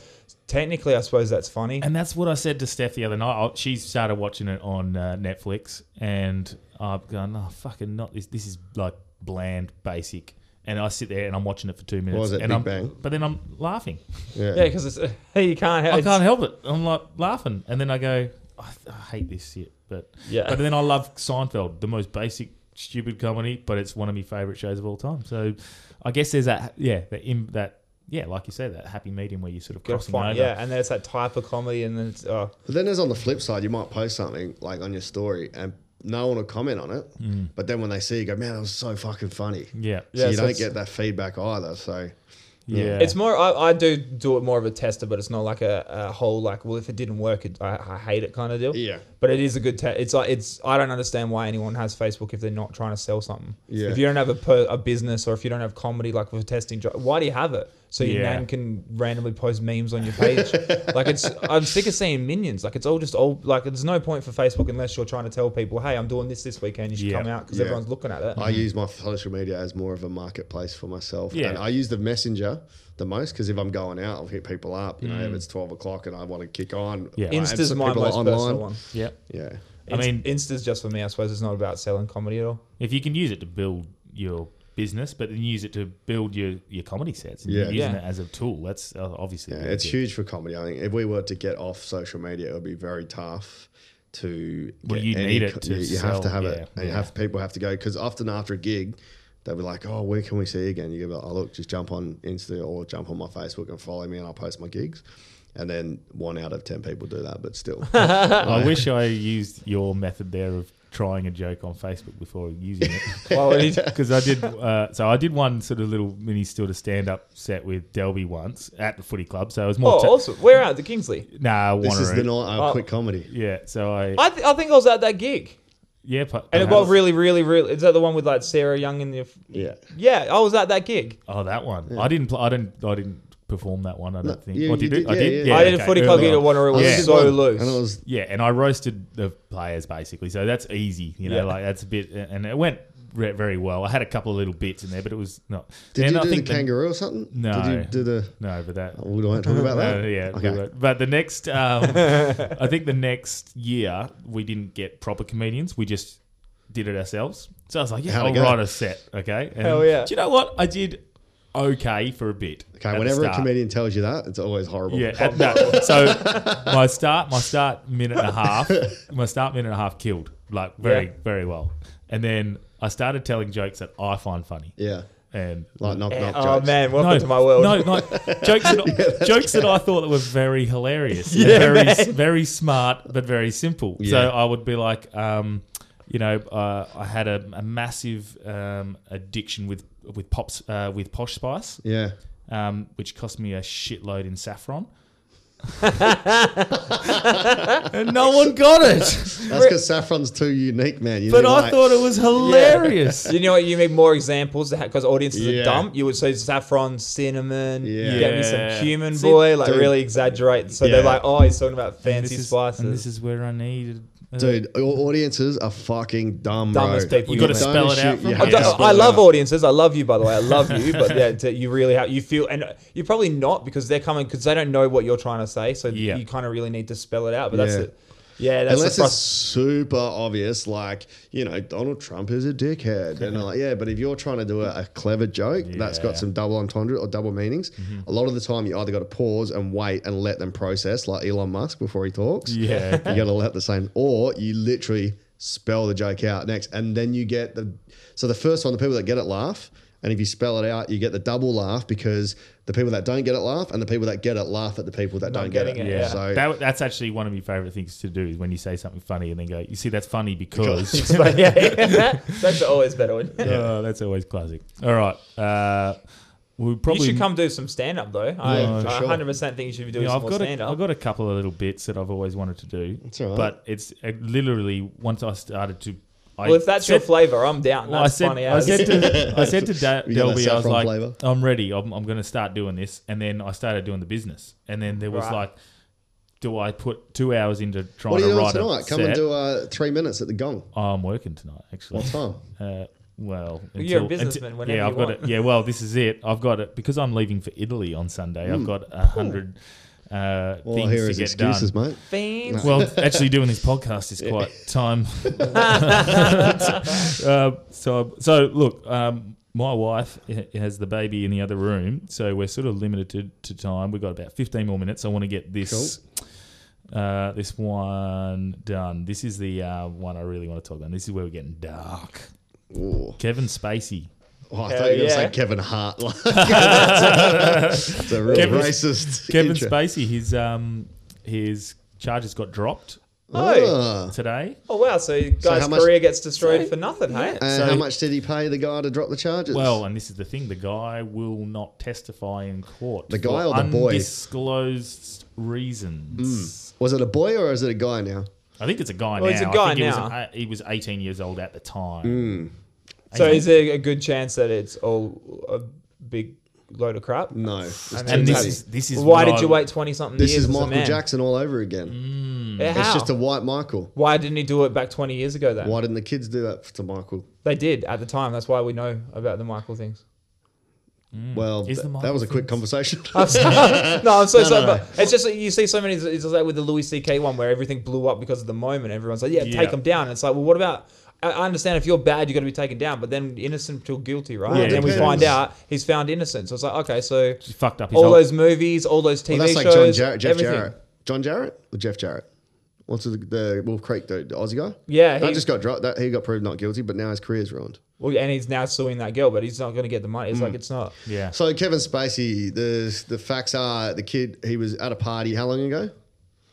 technically I suppose that's funny. And that's what I said to Steph the other night. I, she started watching it on uh, Netflix, and I've gone, "Oh, fucking not this! This is like bland, basic." And I sit there and I'm watching it for two minutes, was it, and Big I'm, Bang? but then I'm laughing. yeah, Yeah. because it's hey, you can't. I it's- can't help it. I'm like laughing, and then I go, "I, I hate this shit." But Yeah. but then I love Seinfeld, the most basic, stupid comedy, but it's one of my favorite shows of all time. So I guess there's that, yeah, that in that. Yeah, like you said, that happy medium where you're sort of Gotta crossing find- over. Yeah, and then it's that type of comedy, and then it's oh, But then there's on the flip side, you might post something like on your story, and no one will comment on it. But then when they see you, go, man, that was so fucking funny. Mm. yeah, So Yeah, you so don't it's- get that feedback either. So yeah. it's more. I, I do do it more of a tester, but it's not like a, a whole like. Well, if it didn't work, it, I, I hate it kind of deal. Yeah. but it is a good test. It's like it's. I don't understand why anyone has Facebook if they're not trying to sell something. Yeah. if you don't have a per, a business or if you don't have comedy like with a testing job, why do you have it? So your Yeah. nan can randomly post memes on your page. like it's. I'm sick of seeing minions. Like it's all just old. Like there's no point for Facebook unless you're trying to tell people, hey, I'm doing this this weekend. You should Yeah. come out because Yeah. everyone's looking at it. I use my social media as more of a marketplace for myself. Mm-hmm. Yeah. And I use the messenger the most because if I'm going out, I'll hit people up. You know, if it's 12 o'clock and I want to kick on, Mm. Yeah. I have Insta's some my people most personal one. yeah. Yeah. I mean, Insta's just for me. I suppose it's not about selling comedy at all. if you can use it to build your business, but then use it to build your, your comedy sets, and Yeah. using Yeah. it as a tool, that's uh, obviously Yeah, really it's good. huge for comedy. I think if we were to get off social media, it would be very tough to. Well, get you any need it co- to you, you sell, have to have yeah, it, and you yeah. have people have to go because often after a gig, they'll be like, "Oh, where can we see you again?" You go, "Oh, look, just jump on Insta or jump on my Facebook and follow me, and I'll post my gigs." And then one out of ten people do that, but still, I wish I used your method there of trying a joke on Facebook before using it. Well, it is, Because I did, uh, so I did one sort of little mini still to stand up set with Delby once at the footy club. So it was more. oh, ta- also, we're out the Kingsley. nah, this is the Wanneroo. night I Oh. quit comedy. Yeah, so I. I, th- I think I was at that gig, yeah, but, and it got really, really, really. Is that the one with like Sarah Young in the? f- Yeah, Yeah, I was at that gig. Oh, that one. I didn't. Pl- I didn't. I didn't perform that one. I don't think. you- What you did you do? did, I yeah, did. yeah. I did a okay, footy early club gig on. at Wanneroo. It I was Yeah. did so one, loose. and it was Yeah, and I roasted the players basically, so that's easy, you know. Yeah. Like that's a bit, and it went re- very well. I had a couple of little bits in there, but it was not. did Then you I do the think kangaroo or something? No. did you do the? oh, No, but that. We don't want to talk about that. no, yeah, okay. we won't. but the next, um, I think the next year we didn't get proper comedians. We just did it ourselves. So I was like, yeah, How'd it I'll go? write a set, okay? And Hell yeah. Do you know what I did? Okay, for a bit. at Okay, the whenever a start. comedian tells you that, it's always horrible. Yeah, at that. so my start, my start minute and a half, my start minute and a half killed like very, Yeah. very well. And then I started telling jokes that I find funny, Yeah. and Like knock knock oh jokes. man, welcome to my world. No, no jokes that, jokes that I thought that were very hilarious, and Yeah, very, man. very smart, but very simple. So Yeah. I would be like, um, you know, uh, I had a, a massive um, addiction with with pops uh, with Posh Spice Yeah. um, which cost me a shitload in saffron. and no one got it. That's because saffron's too unique, man. You But need, I like- thought it was hilarious. You know what? You need more examples because audiences Yeah. are dumb. You would say saffron, cinnamon. Yeah. You get me Yeah. some cumin, See, boy. Like dude. really exaggerate. So Yeah. they're like, oh, he's talking about fancy this is, spices. And this is where I needed. uh, Dude, your audiences are fucking dumb, Dumbest bro. people You gotta Don't spell it shoot- out for you me. have I've to done- spell I it love out. audiences. I love you, by the way. I love you, but yeah, to- you really have you feel, and you're probably not because they're coming because they don't know what you're trying to say. So Yeah. you kind of really need to spell it out. But Yeah. that's it. Yeah, that's Unless the it's frust- super obvious, like, you know, Donald Trump is a dickhead. And they're like, yeah, but if you're trying to do a, a clever joke that's got Yeah. some double entendre or double meanings, Mm-hmm. a lot of the time you either got to pause and wait and let them process, like Elon Musk before he talks. Yeah. you got to let the same, or you literally spell the joke out next, and then you get the. So the first one, the people that get it laugh, And if you spell it out, you get the double laugh because the people that don't get it laugh, and the people that get it laugh at the people that Not don't get it. getting it, yeah. So That, that's actually one of my favorite things to do is when you say something funny and then go, you see, that's funny because. But yeah, yeah. that's always better. One. Oh, that's always classic. All right. Uh, we You probably. should come do some stand up though. I, Yeah, I for sure. 100% think you should be doing Yeah, some I've more got stand a, I've up. got a couple of little bits that I've always wanted to do. That's all right. But it's uh, literally once I started to. I Well, if that's your said- flavour, I'm down. Well, I that's said, funny. I as. said to, I said to da- We got Delby, that I was saffron like, flavour. I'm ready. I'm, I'm going to start doing this. And then I started doing the business. And then there was Right. like, do I put two hours into trying what are you to doing write a tonight? Come set? and do uh, three minutes at the gong. Oh, I'm working tonight, actually. What time? Uh, well, you're a until- businessman until- whenever yeah, you I've got want. it. Yeah, well, this is it. I've got it because I'm leaving for Italy on Sunday. I've got a hundred uh, Hmm. All I things hear to is get excuses, done. mate. Fiends. Well, actually, doing this podcast is quite time. uh, so, so look, um, my wife ha- has the baby in the other room, so we're sort of limited to time. We've got about 15 more minutes. I want to get this. Uh, this one done. This is the uh, one I really want to talk about. This is where we're getting dark. Ooh. Kevin Spacey. Oh, I Hell thought you were going to yeah. say Kevin Hart. Like, that's a- it's a real Kevin- racist. Kevin intro. Spacey, his um, his charges got dropped Ah. today. Oh wow! So guy's how much- career gets destroyed for nothing, hey? And So- how much did he pay the guy to drop the charges? Well, and this is the thing: the guy will not testify in court. The for guy or the boy? Undisclosed reasons. was it a boy or is it a guy now? I think it's a guy Well, now. he's a I guy think he was now. an- he was 18 years old at the time. Hmm. So is there a good chance that it's all a big load of crap? No. It's And too And this many. Exactly. is this is Why what did I- you wait twenty something years? This is as a Michael man? Jackson all over again. Yeah, It's how? just a white Michael. Why didn't he do it back twenty years ago? Then Why didn't the kids do that to Michael? they did at the time. That's why we know about the Michael things. Well, Is the th- that Michael was a quick things- conversation. I'm so- no, I'm so no, sorry. But it's just like you see so many. It's just like with the Louis C.K. one where everything blew up because of the moment. Everyone's like, "Yeah, Yeah. take him down." And it's like, well, what about? I- I understand if you're bad, you're going to be taken down, but then innocent till guilty, right? Yeah, and then we depends. find out he's found innocent. So it's like, okay, so He fucked up his all whole- those movies, all those TV well, that's like shows, John Jarrett, Jeff everything. Jarrett. John Jarrett or Jeff Jarrett? What's the, the Wolf Creek dude, the Aussie guy? Yeah, that he- just got dropped. That he got proved not guilty, but now his career's ruined. Well, and he's now suing that girl, but he's not going to get the Hmm. money. It's like it's not. Yeah. So Kevin Spacey, the the facts are the kid he was at a party. How long ago? It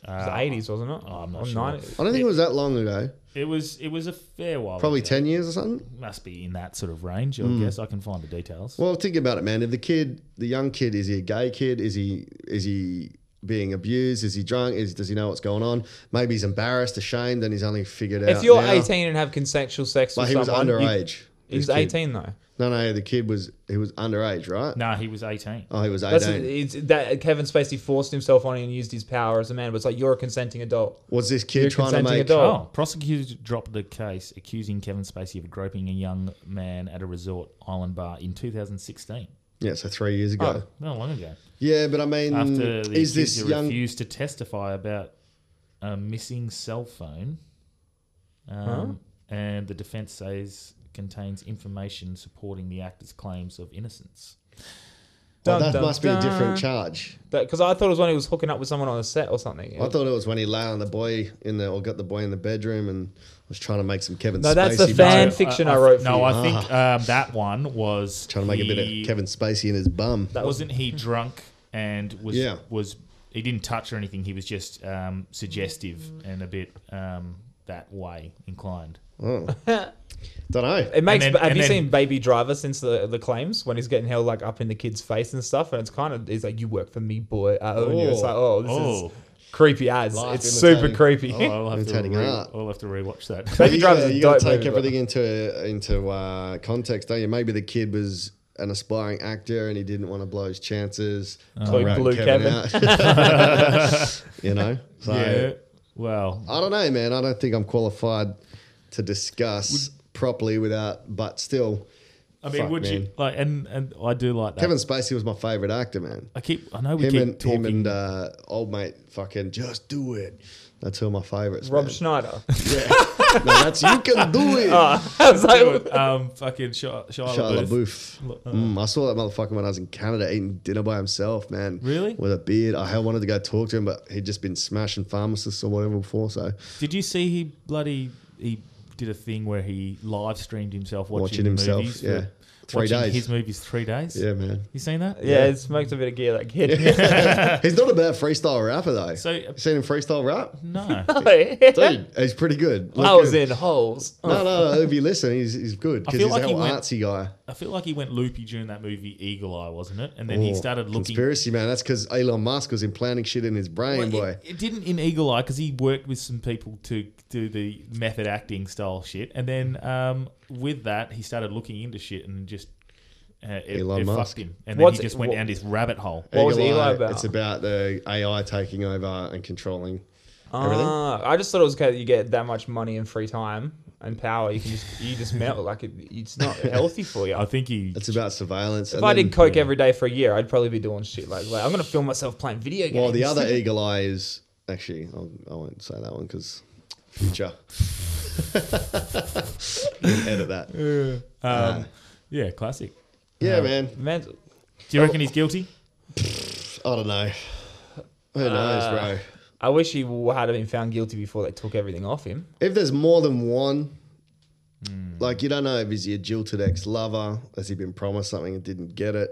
was the Uh, eighties, wasn't it? I'm not Or sure. 90s. I don't think it was that long ago. It was it was a fair while. Probably ago. ten years or something. must be in that sort of range. I guess I can find the details. Well, think about it, man. If the kid, the young kid, is he a gay kid? Is he is he being abused? Is he drunk? Is does he know what's going on? Maybe he's embarrassed, ashamed, and he's only figured out. If you're now. eighteen and have consensual sex but with he was someone, you- underage. he's this kid. eighteen though. No, no, the kid was he was underage, right? no, he was 18. Oh, he was That's eighteen. it's, that Kevin Spacey forced himself on it and used his power as a man. But it's like you're a consenting adult. was this you're kid trying to consenting make? adult. Oh, prosecutors dropped the case accusing Kevin Spacey of groping a young man at a resort island bar in 2016. Yeah, so three years ago. Oh. Not long ago. Yeah, but I mean, After the Mm, is this accuser young? refused to testify about a missing cell phone, um, and the defense says contains information supporting the actor's claims of innocence. Well, Dun, Oh, that dun, must be a different dun. charge. Because I thought it was when he was hooking up with someone on the set or something. I thought it was when he lay on the boy in the or got the boy in the bedroom and was trying to make some Kevin. No, Spacey that's the joke. fan fiction I wrote for No, you. I think um, that one was Ah. Trying to make a bit he- of Kevin Spacey in his bum. That was Wasn't he drunk and was Yeah. was he didn't touch or anything? He was just um, suggestive and a bit um, that way inclined. Don't know. it makes. and then- but have and you then- seen Baby Driver since the, the claims when he's getting held like up in the kid's face and stuff? And it's kind of he's like, "You work for me, boy. I own you." It's Oh. like, oh, this Oh. is creepy as. Life it's imitating- super creepy. Oh, I'll have, to Imitating re- art. I'll have to rewatch that. Baby you Driver's gotta, a you gotta dope take movie, but- everything into into uh, context, don't you? Maybe the kid was an aspiring actor and he didn't want to blow his chances. Oh, So he Blue- wrote Blue out. you know, so yeah. Well, I don't know, man. I don't think I'm qualified to discuss properly without. But still, I mean, Fuck, would you man. like? And and I do like that. Kevin Spacey was my favorite actor, man. I keep. I know we Him keep and talking. him and uh, old mate, fucking just do it. That's two of my favorites. Rob man. Schneider. no, that's you can do it. Oh, I was like, um, fucking Shia, Shia Shia LaBeouf. LaBeouf. Mm, I saw that motherfucker when I was in Canada eating dinner by himself, man. Really? With a beard. I had wanted to go talk to him, but he'd just been smashing pharmacists or whatever before. So Did you see he bloody he did a thing where he live streamed himself watching, watching himself, movies yeah. for Three watching days. His movies three days. Yeah, man. You seen that? Yeah, it smoked a bit of gear that kid. He's not a bad freestyle rapper though. So uh, you seen him freestyle rap? no, Dude, he's pretty good. I Look, was uh, in holes. No, no, no. If you listen, he's, he's good I because feel he's like a he whole went- artsy guy. I feel like he went loopy during that movie Eagle Eye, wasn't it? And then he Oh, started looking. Conspiracy, man. That's because Elon Musk was implanting shit in his brain, Well, boy. It, it didn't in Eagle Eye because he worked with some people to do the method acting style shit, and then um, with that he started looking into shit and just uh, it, Elon it Musk. fucked him, and then What's- he just went what- down this rabbit hole. What was Eli about? It's about the AI taking over and controlling everything. Ah, I just thought it was okay that you get that much money and free time and power. You can just you just melt like it, it's not healthy for you. I think he. It's about surveillance. If I did coke every day for a year, I'd probably be doing shit like, like I'm gonna film myself playing video games. Well, the other eagle eye is actually, I'll, I won't say that one because future. You can edit that. Um, yeah, classic. Yeah, man. man, Do you reckon he's guilty? I don't know. Who knows, Uh. bro? I wish he w- had been found guilty before they took everything off him. If there's more than one, Hmm. like you don't know if he's your jilted ex lover, has he been promised something and didn't get it?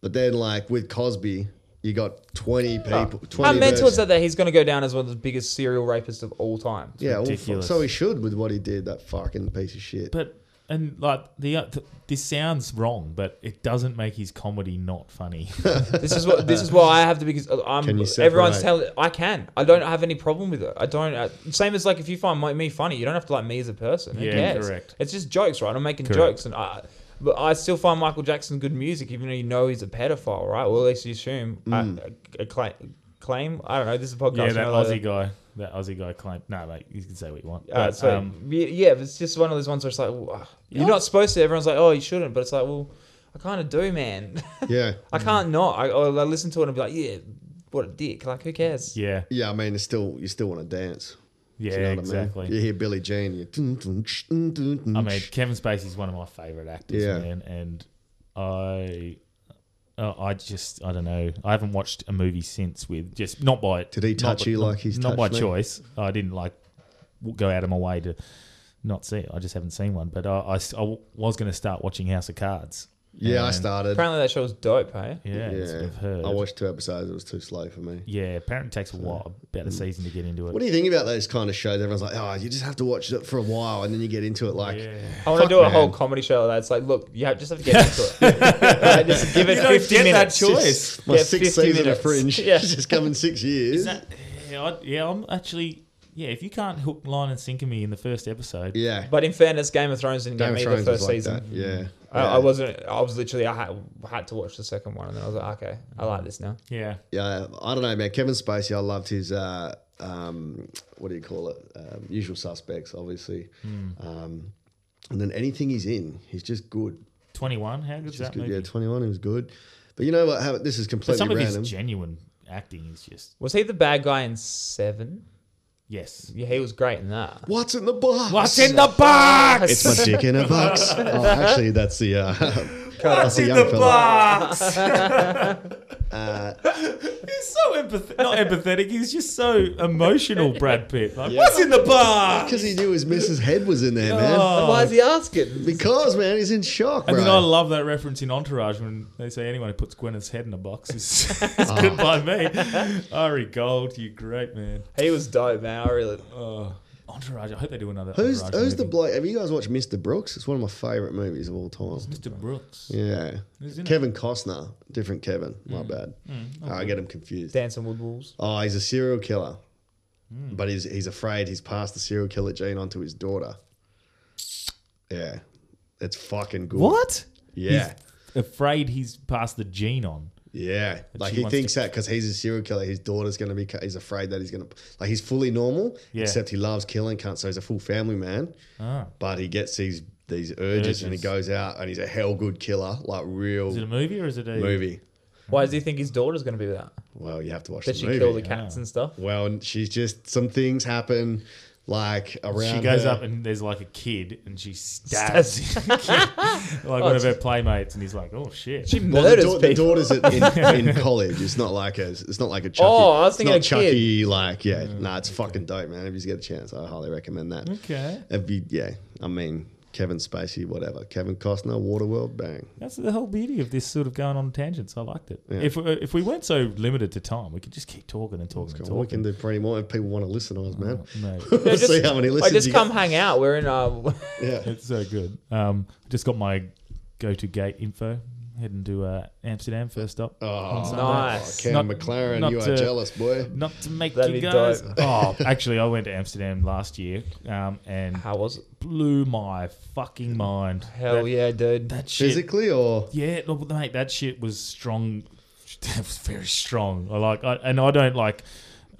But then, like with Cosby, you got 20 Ah. people. 20 How mental vers- is that? That he's gonna go down as one of the biggest serial rapists of all time. Yeah, well, fuck, Ridiculous. so he should with what he did, that fucking piece of shit. But and like the uh, th- this sounds wrong, but it doesn't make his comedy not funny. This is what this is why I have the biggest. uh, I'm Can you everyone's separate? telling I can. I don't have any problem with it. I don't. Uh, same as like if you find my, me funny, you don't have to like me as a person. Who Yeah, cares? correct. It's just jokes, right? I'm making Correct. jokes, and I. But I still find Michael Jackson good music, even though you know he's a pedophile, right? Well, at least you assume uh, Mm. a, claim. Claim? I don't know. This is a podcast. yeah, you that know, like- Aussie guy. That Aussie guy claimed. No, mate, you can say what you want. Uh, But, so um, y- yeah, but it's just one of those ones where it's like well, uh, you're not supposed to. Everyone's like, oh, you shouldn't, but it's like, well, I kind of do, man. yeah. I can't not. I, I listen to it and be like, yeah, what a dick. Like, who cares? yeah, Yeah, I mean, it's still you still want to dance. yeah, Do you know what exactly. I mean? You hear Billy Jean, you. dun, dun, sh, dun, dun, dun, I mean, sh. Kevin Spacey's one of my favorite actors, Yeah. man, and I, uh, I just, I don't know. I haven't watched a movie since with just not by. Did he not touch by- you not- like he's not touched by me? choice? I didn't like w- go out of my way to not see it. I just haven't seen one, but I, I s- I w- was going to start watching House of Cards. yeah, I And- started. Apparently that show was dope, hey? Yeah, that's what I've heard. I watched two episodes. It was too slow for me. Yeah, apparently it takes a while, about a season to get into it. mm. What do you think about those kind of shows? Everyone's like, oh, you just have to watch it for a while and then you get into it. Like, Yeah. I want to Fuck, do a man. whole comedy show like that. It's like, look, you have, just have to get into it. Like, just give it don't 50 get that minutes. choice. Just my get sixth 50 season minutes. of Fringe Yeah. It's just come in six years. Is that, yeah, I, yeah, I'm actually, yeah, if you can't hook, line, and sinker me in the first episode, yeah. But in fairness, Game of Thrones didn't Game get of me Thrones the was first like season. that. Yeah. I, yeah. I wasn't. I was literally. I had, had to watch the second one, and then I was like, okay, I like this now. yeah. Yeah, I don't know, man. Kevin Spacey, I loved his uh, um, what do you call it? Um, usual suspects, obviously. Hmm. Um, and then anything he's in, he's just good. 21, how good's He's just that good. movie? Yeah, twenty one, he was good. But you know what? How, this is But completely some of random. his genuine acting is just Was he the bad guy in Seven? yes. Yeah, he was great in that. What's in the box? the box? It's my dick in a box. Oh, actually, that's the uh, that's What's the in young the fella. box? he's so empathetic. Not empathetic. He's just so emotional, Brad Pitt. Like, what's in the box? Because he knew his missus' head was in there, man. Why is he asking? Because man, he's in shock, Oh. And bro. then I love that reference in Entourage when they say anyone who puts Gwyneth's head in a box is, is Ah. good by me. Ari Gold, you great man. He was dope, man. I really. Oh, Entourage. I hope they do another. who's Entourage who's the movie. bloke? Have you guys watched Mr. Brooks? It's one of my favorite movies of all time. Mr. Brooks? Yeah. Who's in it? Mm. Kevin Costner. Different Kevin. My bad. Oh, I get him confused. Dancing with Wolves. Oh, he's a serial killer. Mm. But he's he's afraid he's passed the serial killer gene onto his daughter. Yeah. It's fucking good. What? Yeah. He's afraid he's passed the gene on. yeah. Like she he wants thinks that 'cause that because he's a serial killer, his daughter's going to be, cu- he's afraid that he's going to, like he's fully normal, Yeah. except he loves killing cunts. So he's a full family man. Ah. But he gets these these urges, and he Urges. goes out and he's a hell good killer, like real Is it a movie or is it a movie. Why does he think his daughter's going to be that? Well, you have to watch That the she movie. killed the cats and stuff. Well, and she's just some things happen like around. She goes her. up and there's like a kid and she stabs the kid, like Oh, one of her playmates and he's like, oh shit. She Well, murders the, da- the people. daughter's at- in, in college. It's not like a. It's not like a Chucky. Oh, I was It's thinking not a Chucky. Like, yeah, nah, it's fucking dope, man. If you get a chance, I highly recommend that. Mm, okay. If you, yeah, I mean, Kevin Spacey, whatever. Kevin Costner, Waterworld, bang. That's the whole beauty of this sort of going on tangents. I liked it. Yeah. If uh, if we weren't so limited to time, we could just keep talking and talking and We talking. can do pretty more if people want to listen to us, Oh. man. Mate, Yeah, See how many Like, listens just you come get. Oh, hang out. We're in uh, Yeah. it's so good. Um, just got my go to gate info. Heading to uh, Amsterdam first stop. on Oh, Sunday. Nice. Cam Not- McLaren, not you are to- jealous, boy. Not to make That'd you be guys. dope. Oh, actually, I went to Amsterdam last year, um, and how was it? blew my fucking mind. Hell that, yeah, dude. That shit. Physically or Yeah, no, but mate, that shit was strong. That was very strong. I like, I, and I don't like,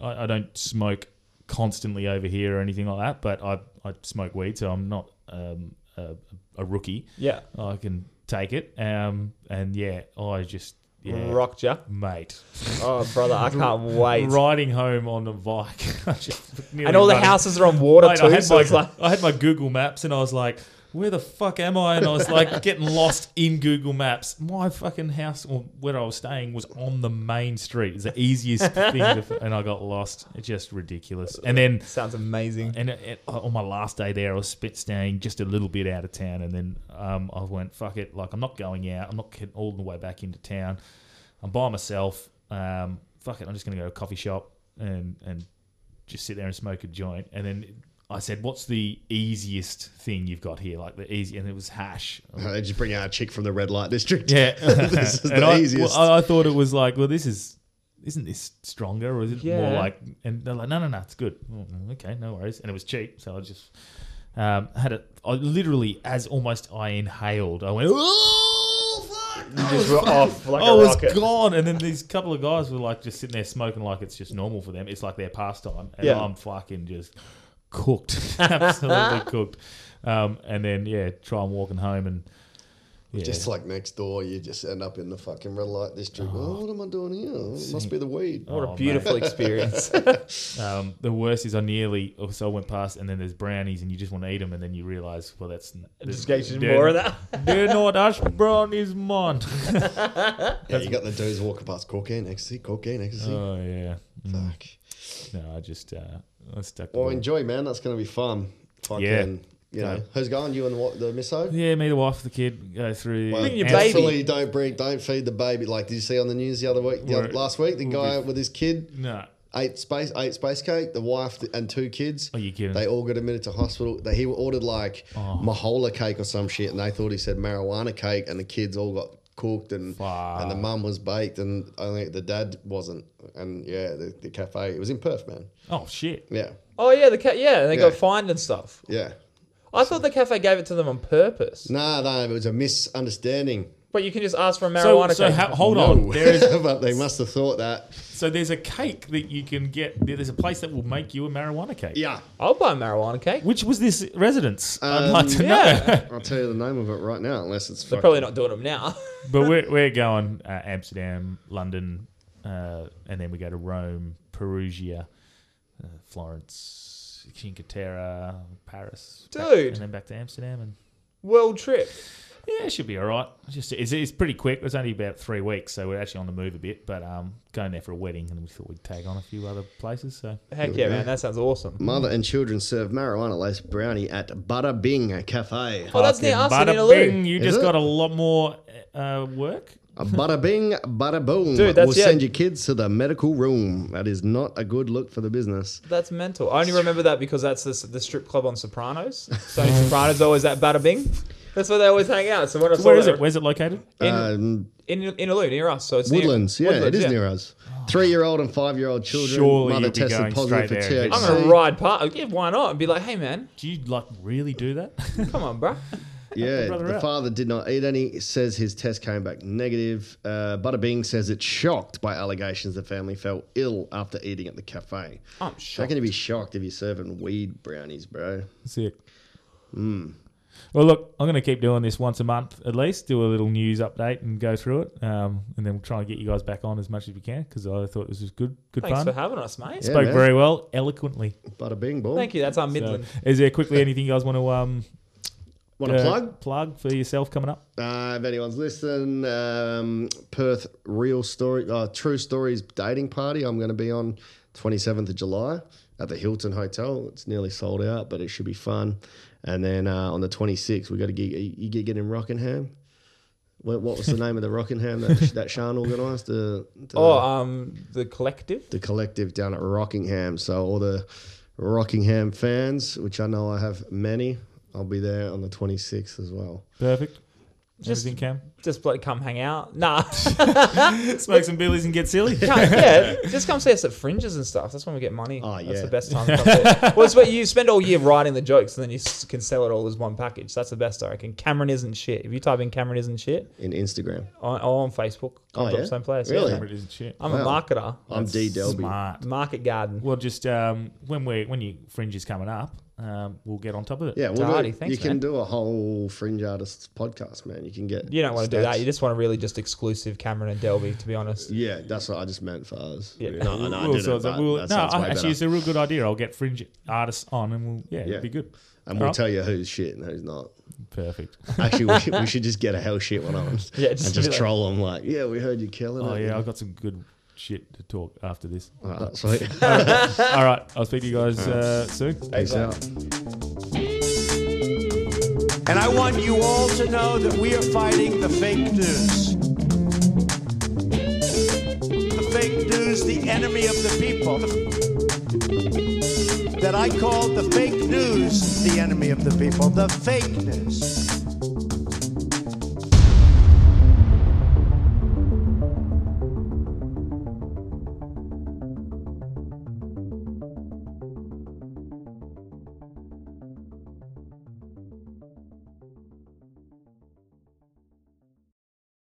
I, I don't smoke constantly over here or anything like that. But I, I smoke weed, so I'm not um, a, a rookie. Yeah, I can take it. Um, and yeah, I just yeah, rocked ya. mate. Oh, brother, I can't wait. Riding home on a bike, I just nearly And all the running- houses are on water Mate, too. I, had so my, it's like, I had my Google Maps and I was like, where the fuck am I? And I was like getting lost in Google Maps. My fucking house, or where I was staying, was on the main street. It's the easiest thing, to, and I got lost. It's just ridiculous. And then, sounds amazing. and it, it- on my last day there, I was spit staying just a little bit out of town, and then um, I went fuck it. Like I'm not going out. I'm not getting all the way back into town. I'm by myself. Um, fuck it. I'm just gonna go to a coffee shop and and just sit there and smoke a joint. And then I said, "What's the easiest thing you've got here? Like the easy?" And it was hash. I'm Uh, did you bring out a chick from the red light district? yeah, This is And the I, easiest. Well, I, I thought it was like, well, this is isn't this stronger or is it more Yeah. like? And they're like, no, no, no, it's good. Mm, Okay, no worries. And it was cheap, so I just um, had it. I literally, as almost I inhaled, I went, oh fuck, You just were off like I a was rocket. gone. And then these couple of guys were like just sitting there smoking like it's just normal for them. It's like their pastime. And Yeah. I'm fucking just cooked, absolutely cooked. Um, and then yeah, try and walking home and. Yeah. Just like next door, you just end up in the fucking red light district. Oh, what am I doing here? It must be the weed. What Oh, a beautiful experience. Um, the worst is I nearly also went past, and then there's brownies, and you just want to eat them, and then you realise, well, that's just gets you more of that. They're not us brownies, man. Yeah, you got the dudes walking past cocaine, ecstasy, cocaine, ecstasy. Uh. oh yeah, Fuck. no, I just uh, I stuck. Well, with it. enjoy, man. That's going to be fun. Fucking, Yeah. You know, who's going? You and what, the misso? yeah, me, the wife, the kid go through. Well, Bring your Amsterdam. definitely don't bring, don't feed the baby. Like, did you see on the news the other week, the We're- other, last week, the we'll guy be- with his kid No, ate space, ate space cake. The wife th- and two kids. are you kidding? Oh. They all got admitted to hospital. They, he ordered like mahola cake or some shit, and they thought he said marijuana cake, and the kids all got cooked, and Fuck. and the mum was baked, and only the dad wasn't. And yeah, the, the cafe. It was in Perth, man. oh shit! Yeah, Oh yeah, the ca- yeah, they got Yeah. fined and stuff. yeah. I thought the cafe gave it to them on purpose. No, no, it was a misunderstanding. But you can just ask for a So, marijuana. so cake. ha- hold on. No, Oh, There is, but they must have thought that. so there's a cake that you can get. There's a place that will make you a marijuana cake. Yeah, I'll buy a marijuana cake. Which was this residence? I'd Um, like to know. Yeah, I'll tell you the name of it right now, unless it's they're probably not doing them now. but we're, we're going uh, Amsterdam, London, uh, and then we go to Rome, Perugia, uh, Florence, Cinque Terre, Paris, back- Dude. and then back to Amsterdam, and World trip. yeah, it should be all right. It's Just it's, it's pretty quick. It's only about three weeks, so we're actually on the move a bit. But um, going there for a wedding, and we thought we'd tag on a few other places. So Heck yeah, man, that sounds awesome. Mother and children serve marijuana laced brownie at Butter Bing Cafe. Oh, that's near us in Bada Innaloo. bing, you Is just it? got a lot more uh, work. Bada bing, bada boom. Dude, that's we'll yeah. send your kids to the medical room. That is not a good look for the business. That's mental. I only remember that because that's the, the strip club on Sopranos. Tony Soprano's always at Bada Bing. That's where they always hang out. So when I saw Where is that- it? Where's it located? In, Um, in, in Innaloo, near us. So it's near- Woodlands, yeah, it Woodlands, is near us. Three-year-old and five-year-old children. Surely mother you'll be tested going positive for straight there and THC. I'm gonna ride past. Yeah, why not? And be like, hey man, Do you like really do that? come on, bruh. Yeah, brother the out. father did not eat any. Says his test came back negative. Uh, Butter Bing says it's shocked by allegations the family fell ill after eating at the cafe. I'm How shocked. can you be shocked if you're serving weed brownies, bro? Sick. Hmm. Well, look, I'm going to keep doing this once a month at least, do a little news update and go through it. Um, and then we'll try and get you guys back on as much as we can because I thought this was good, good Thanks fun. for having us, mate. Yeah, Spoke man. very well, eloquently. Butter Bing, boy. Thank you. That's our So, Midland. is there quickly anything you guys want to um, Want to uh, plug? plug for yourself coming up? Uh, if anyone's listening, um, Perth Real Story, uh, True Stories Dating Party. I'm going to be on 27th of July at the Hilton Hotel. It's nearly sold out, but it should be fun. And then uh, on the 26th, we got a gig. You gigging in Rockingham? What, what was the name of the Rockingham that, that Sean organised? The, the Oh, um, the collective. the collective down at Rockingham. So all the Rockingham fans, which I know I have many, I'll be there on the 26th as well. Perfect. Just- Everything Cam. Just like come hang out. Nah, Smoke some billies and get silly. Come- yeah. Just come see us at fringes and stuff. That's when we get money. Oh, That's yeah. the best time. To come see. well, it's where you spend all year writing the jokes, and then you s- can sell it all as one package. That's the best I reckon. Cameron isn't shit. If you type in Cameron isn't shit In Instagram, on, on Facebook, Oh, comes up yeah? same place. Really? yeah. It isn't shit. I'm a Wow. marketer. I'm D Delby. Smart. Market garden. Well, just um, when we when your fringe is coming up, um, we'll get on top of it. Yeah, we'll Darty, do, thanks, you can man. do a whole fringe artists podcast, man. You can get You don't want to do stats. that. You just want to really just exclusive Cameron and Delby, to be honest. yeah, that's what I just meant for us. Yeah. no, no, I We'll didn't, sort that- but we'll- that no, sounds I- way actually, it's better. a real good idea. I'll get fringe artists on, and we'll yeah, Yeah. it'll be good. And we'll Oh. Alright. tell you who's shit and who's not. Perfect. Actually, we should, we should just get a hell shit one on Yeah, and just just be like- troll them like, yeah, we heard you killing Oh it. yeah, I've got some good shit to talk after this. All right, sweet. All right, I'll speak to you guys uh, soon. Peace out. And I want you all to know that we are fighting the fake news. The fake news, the enemy of the people. That I call the fake news the enemy of the people. The fake news.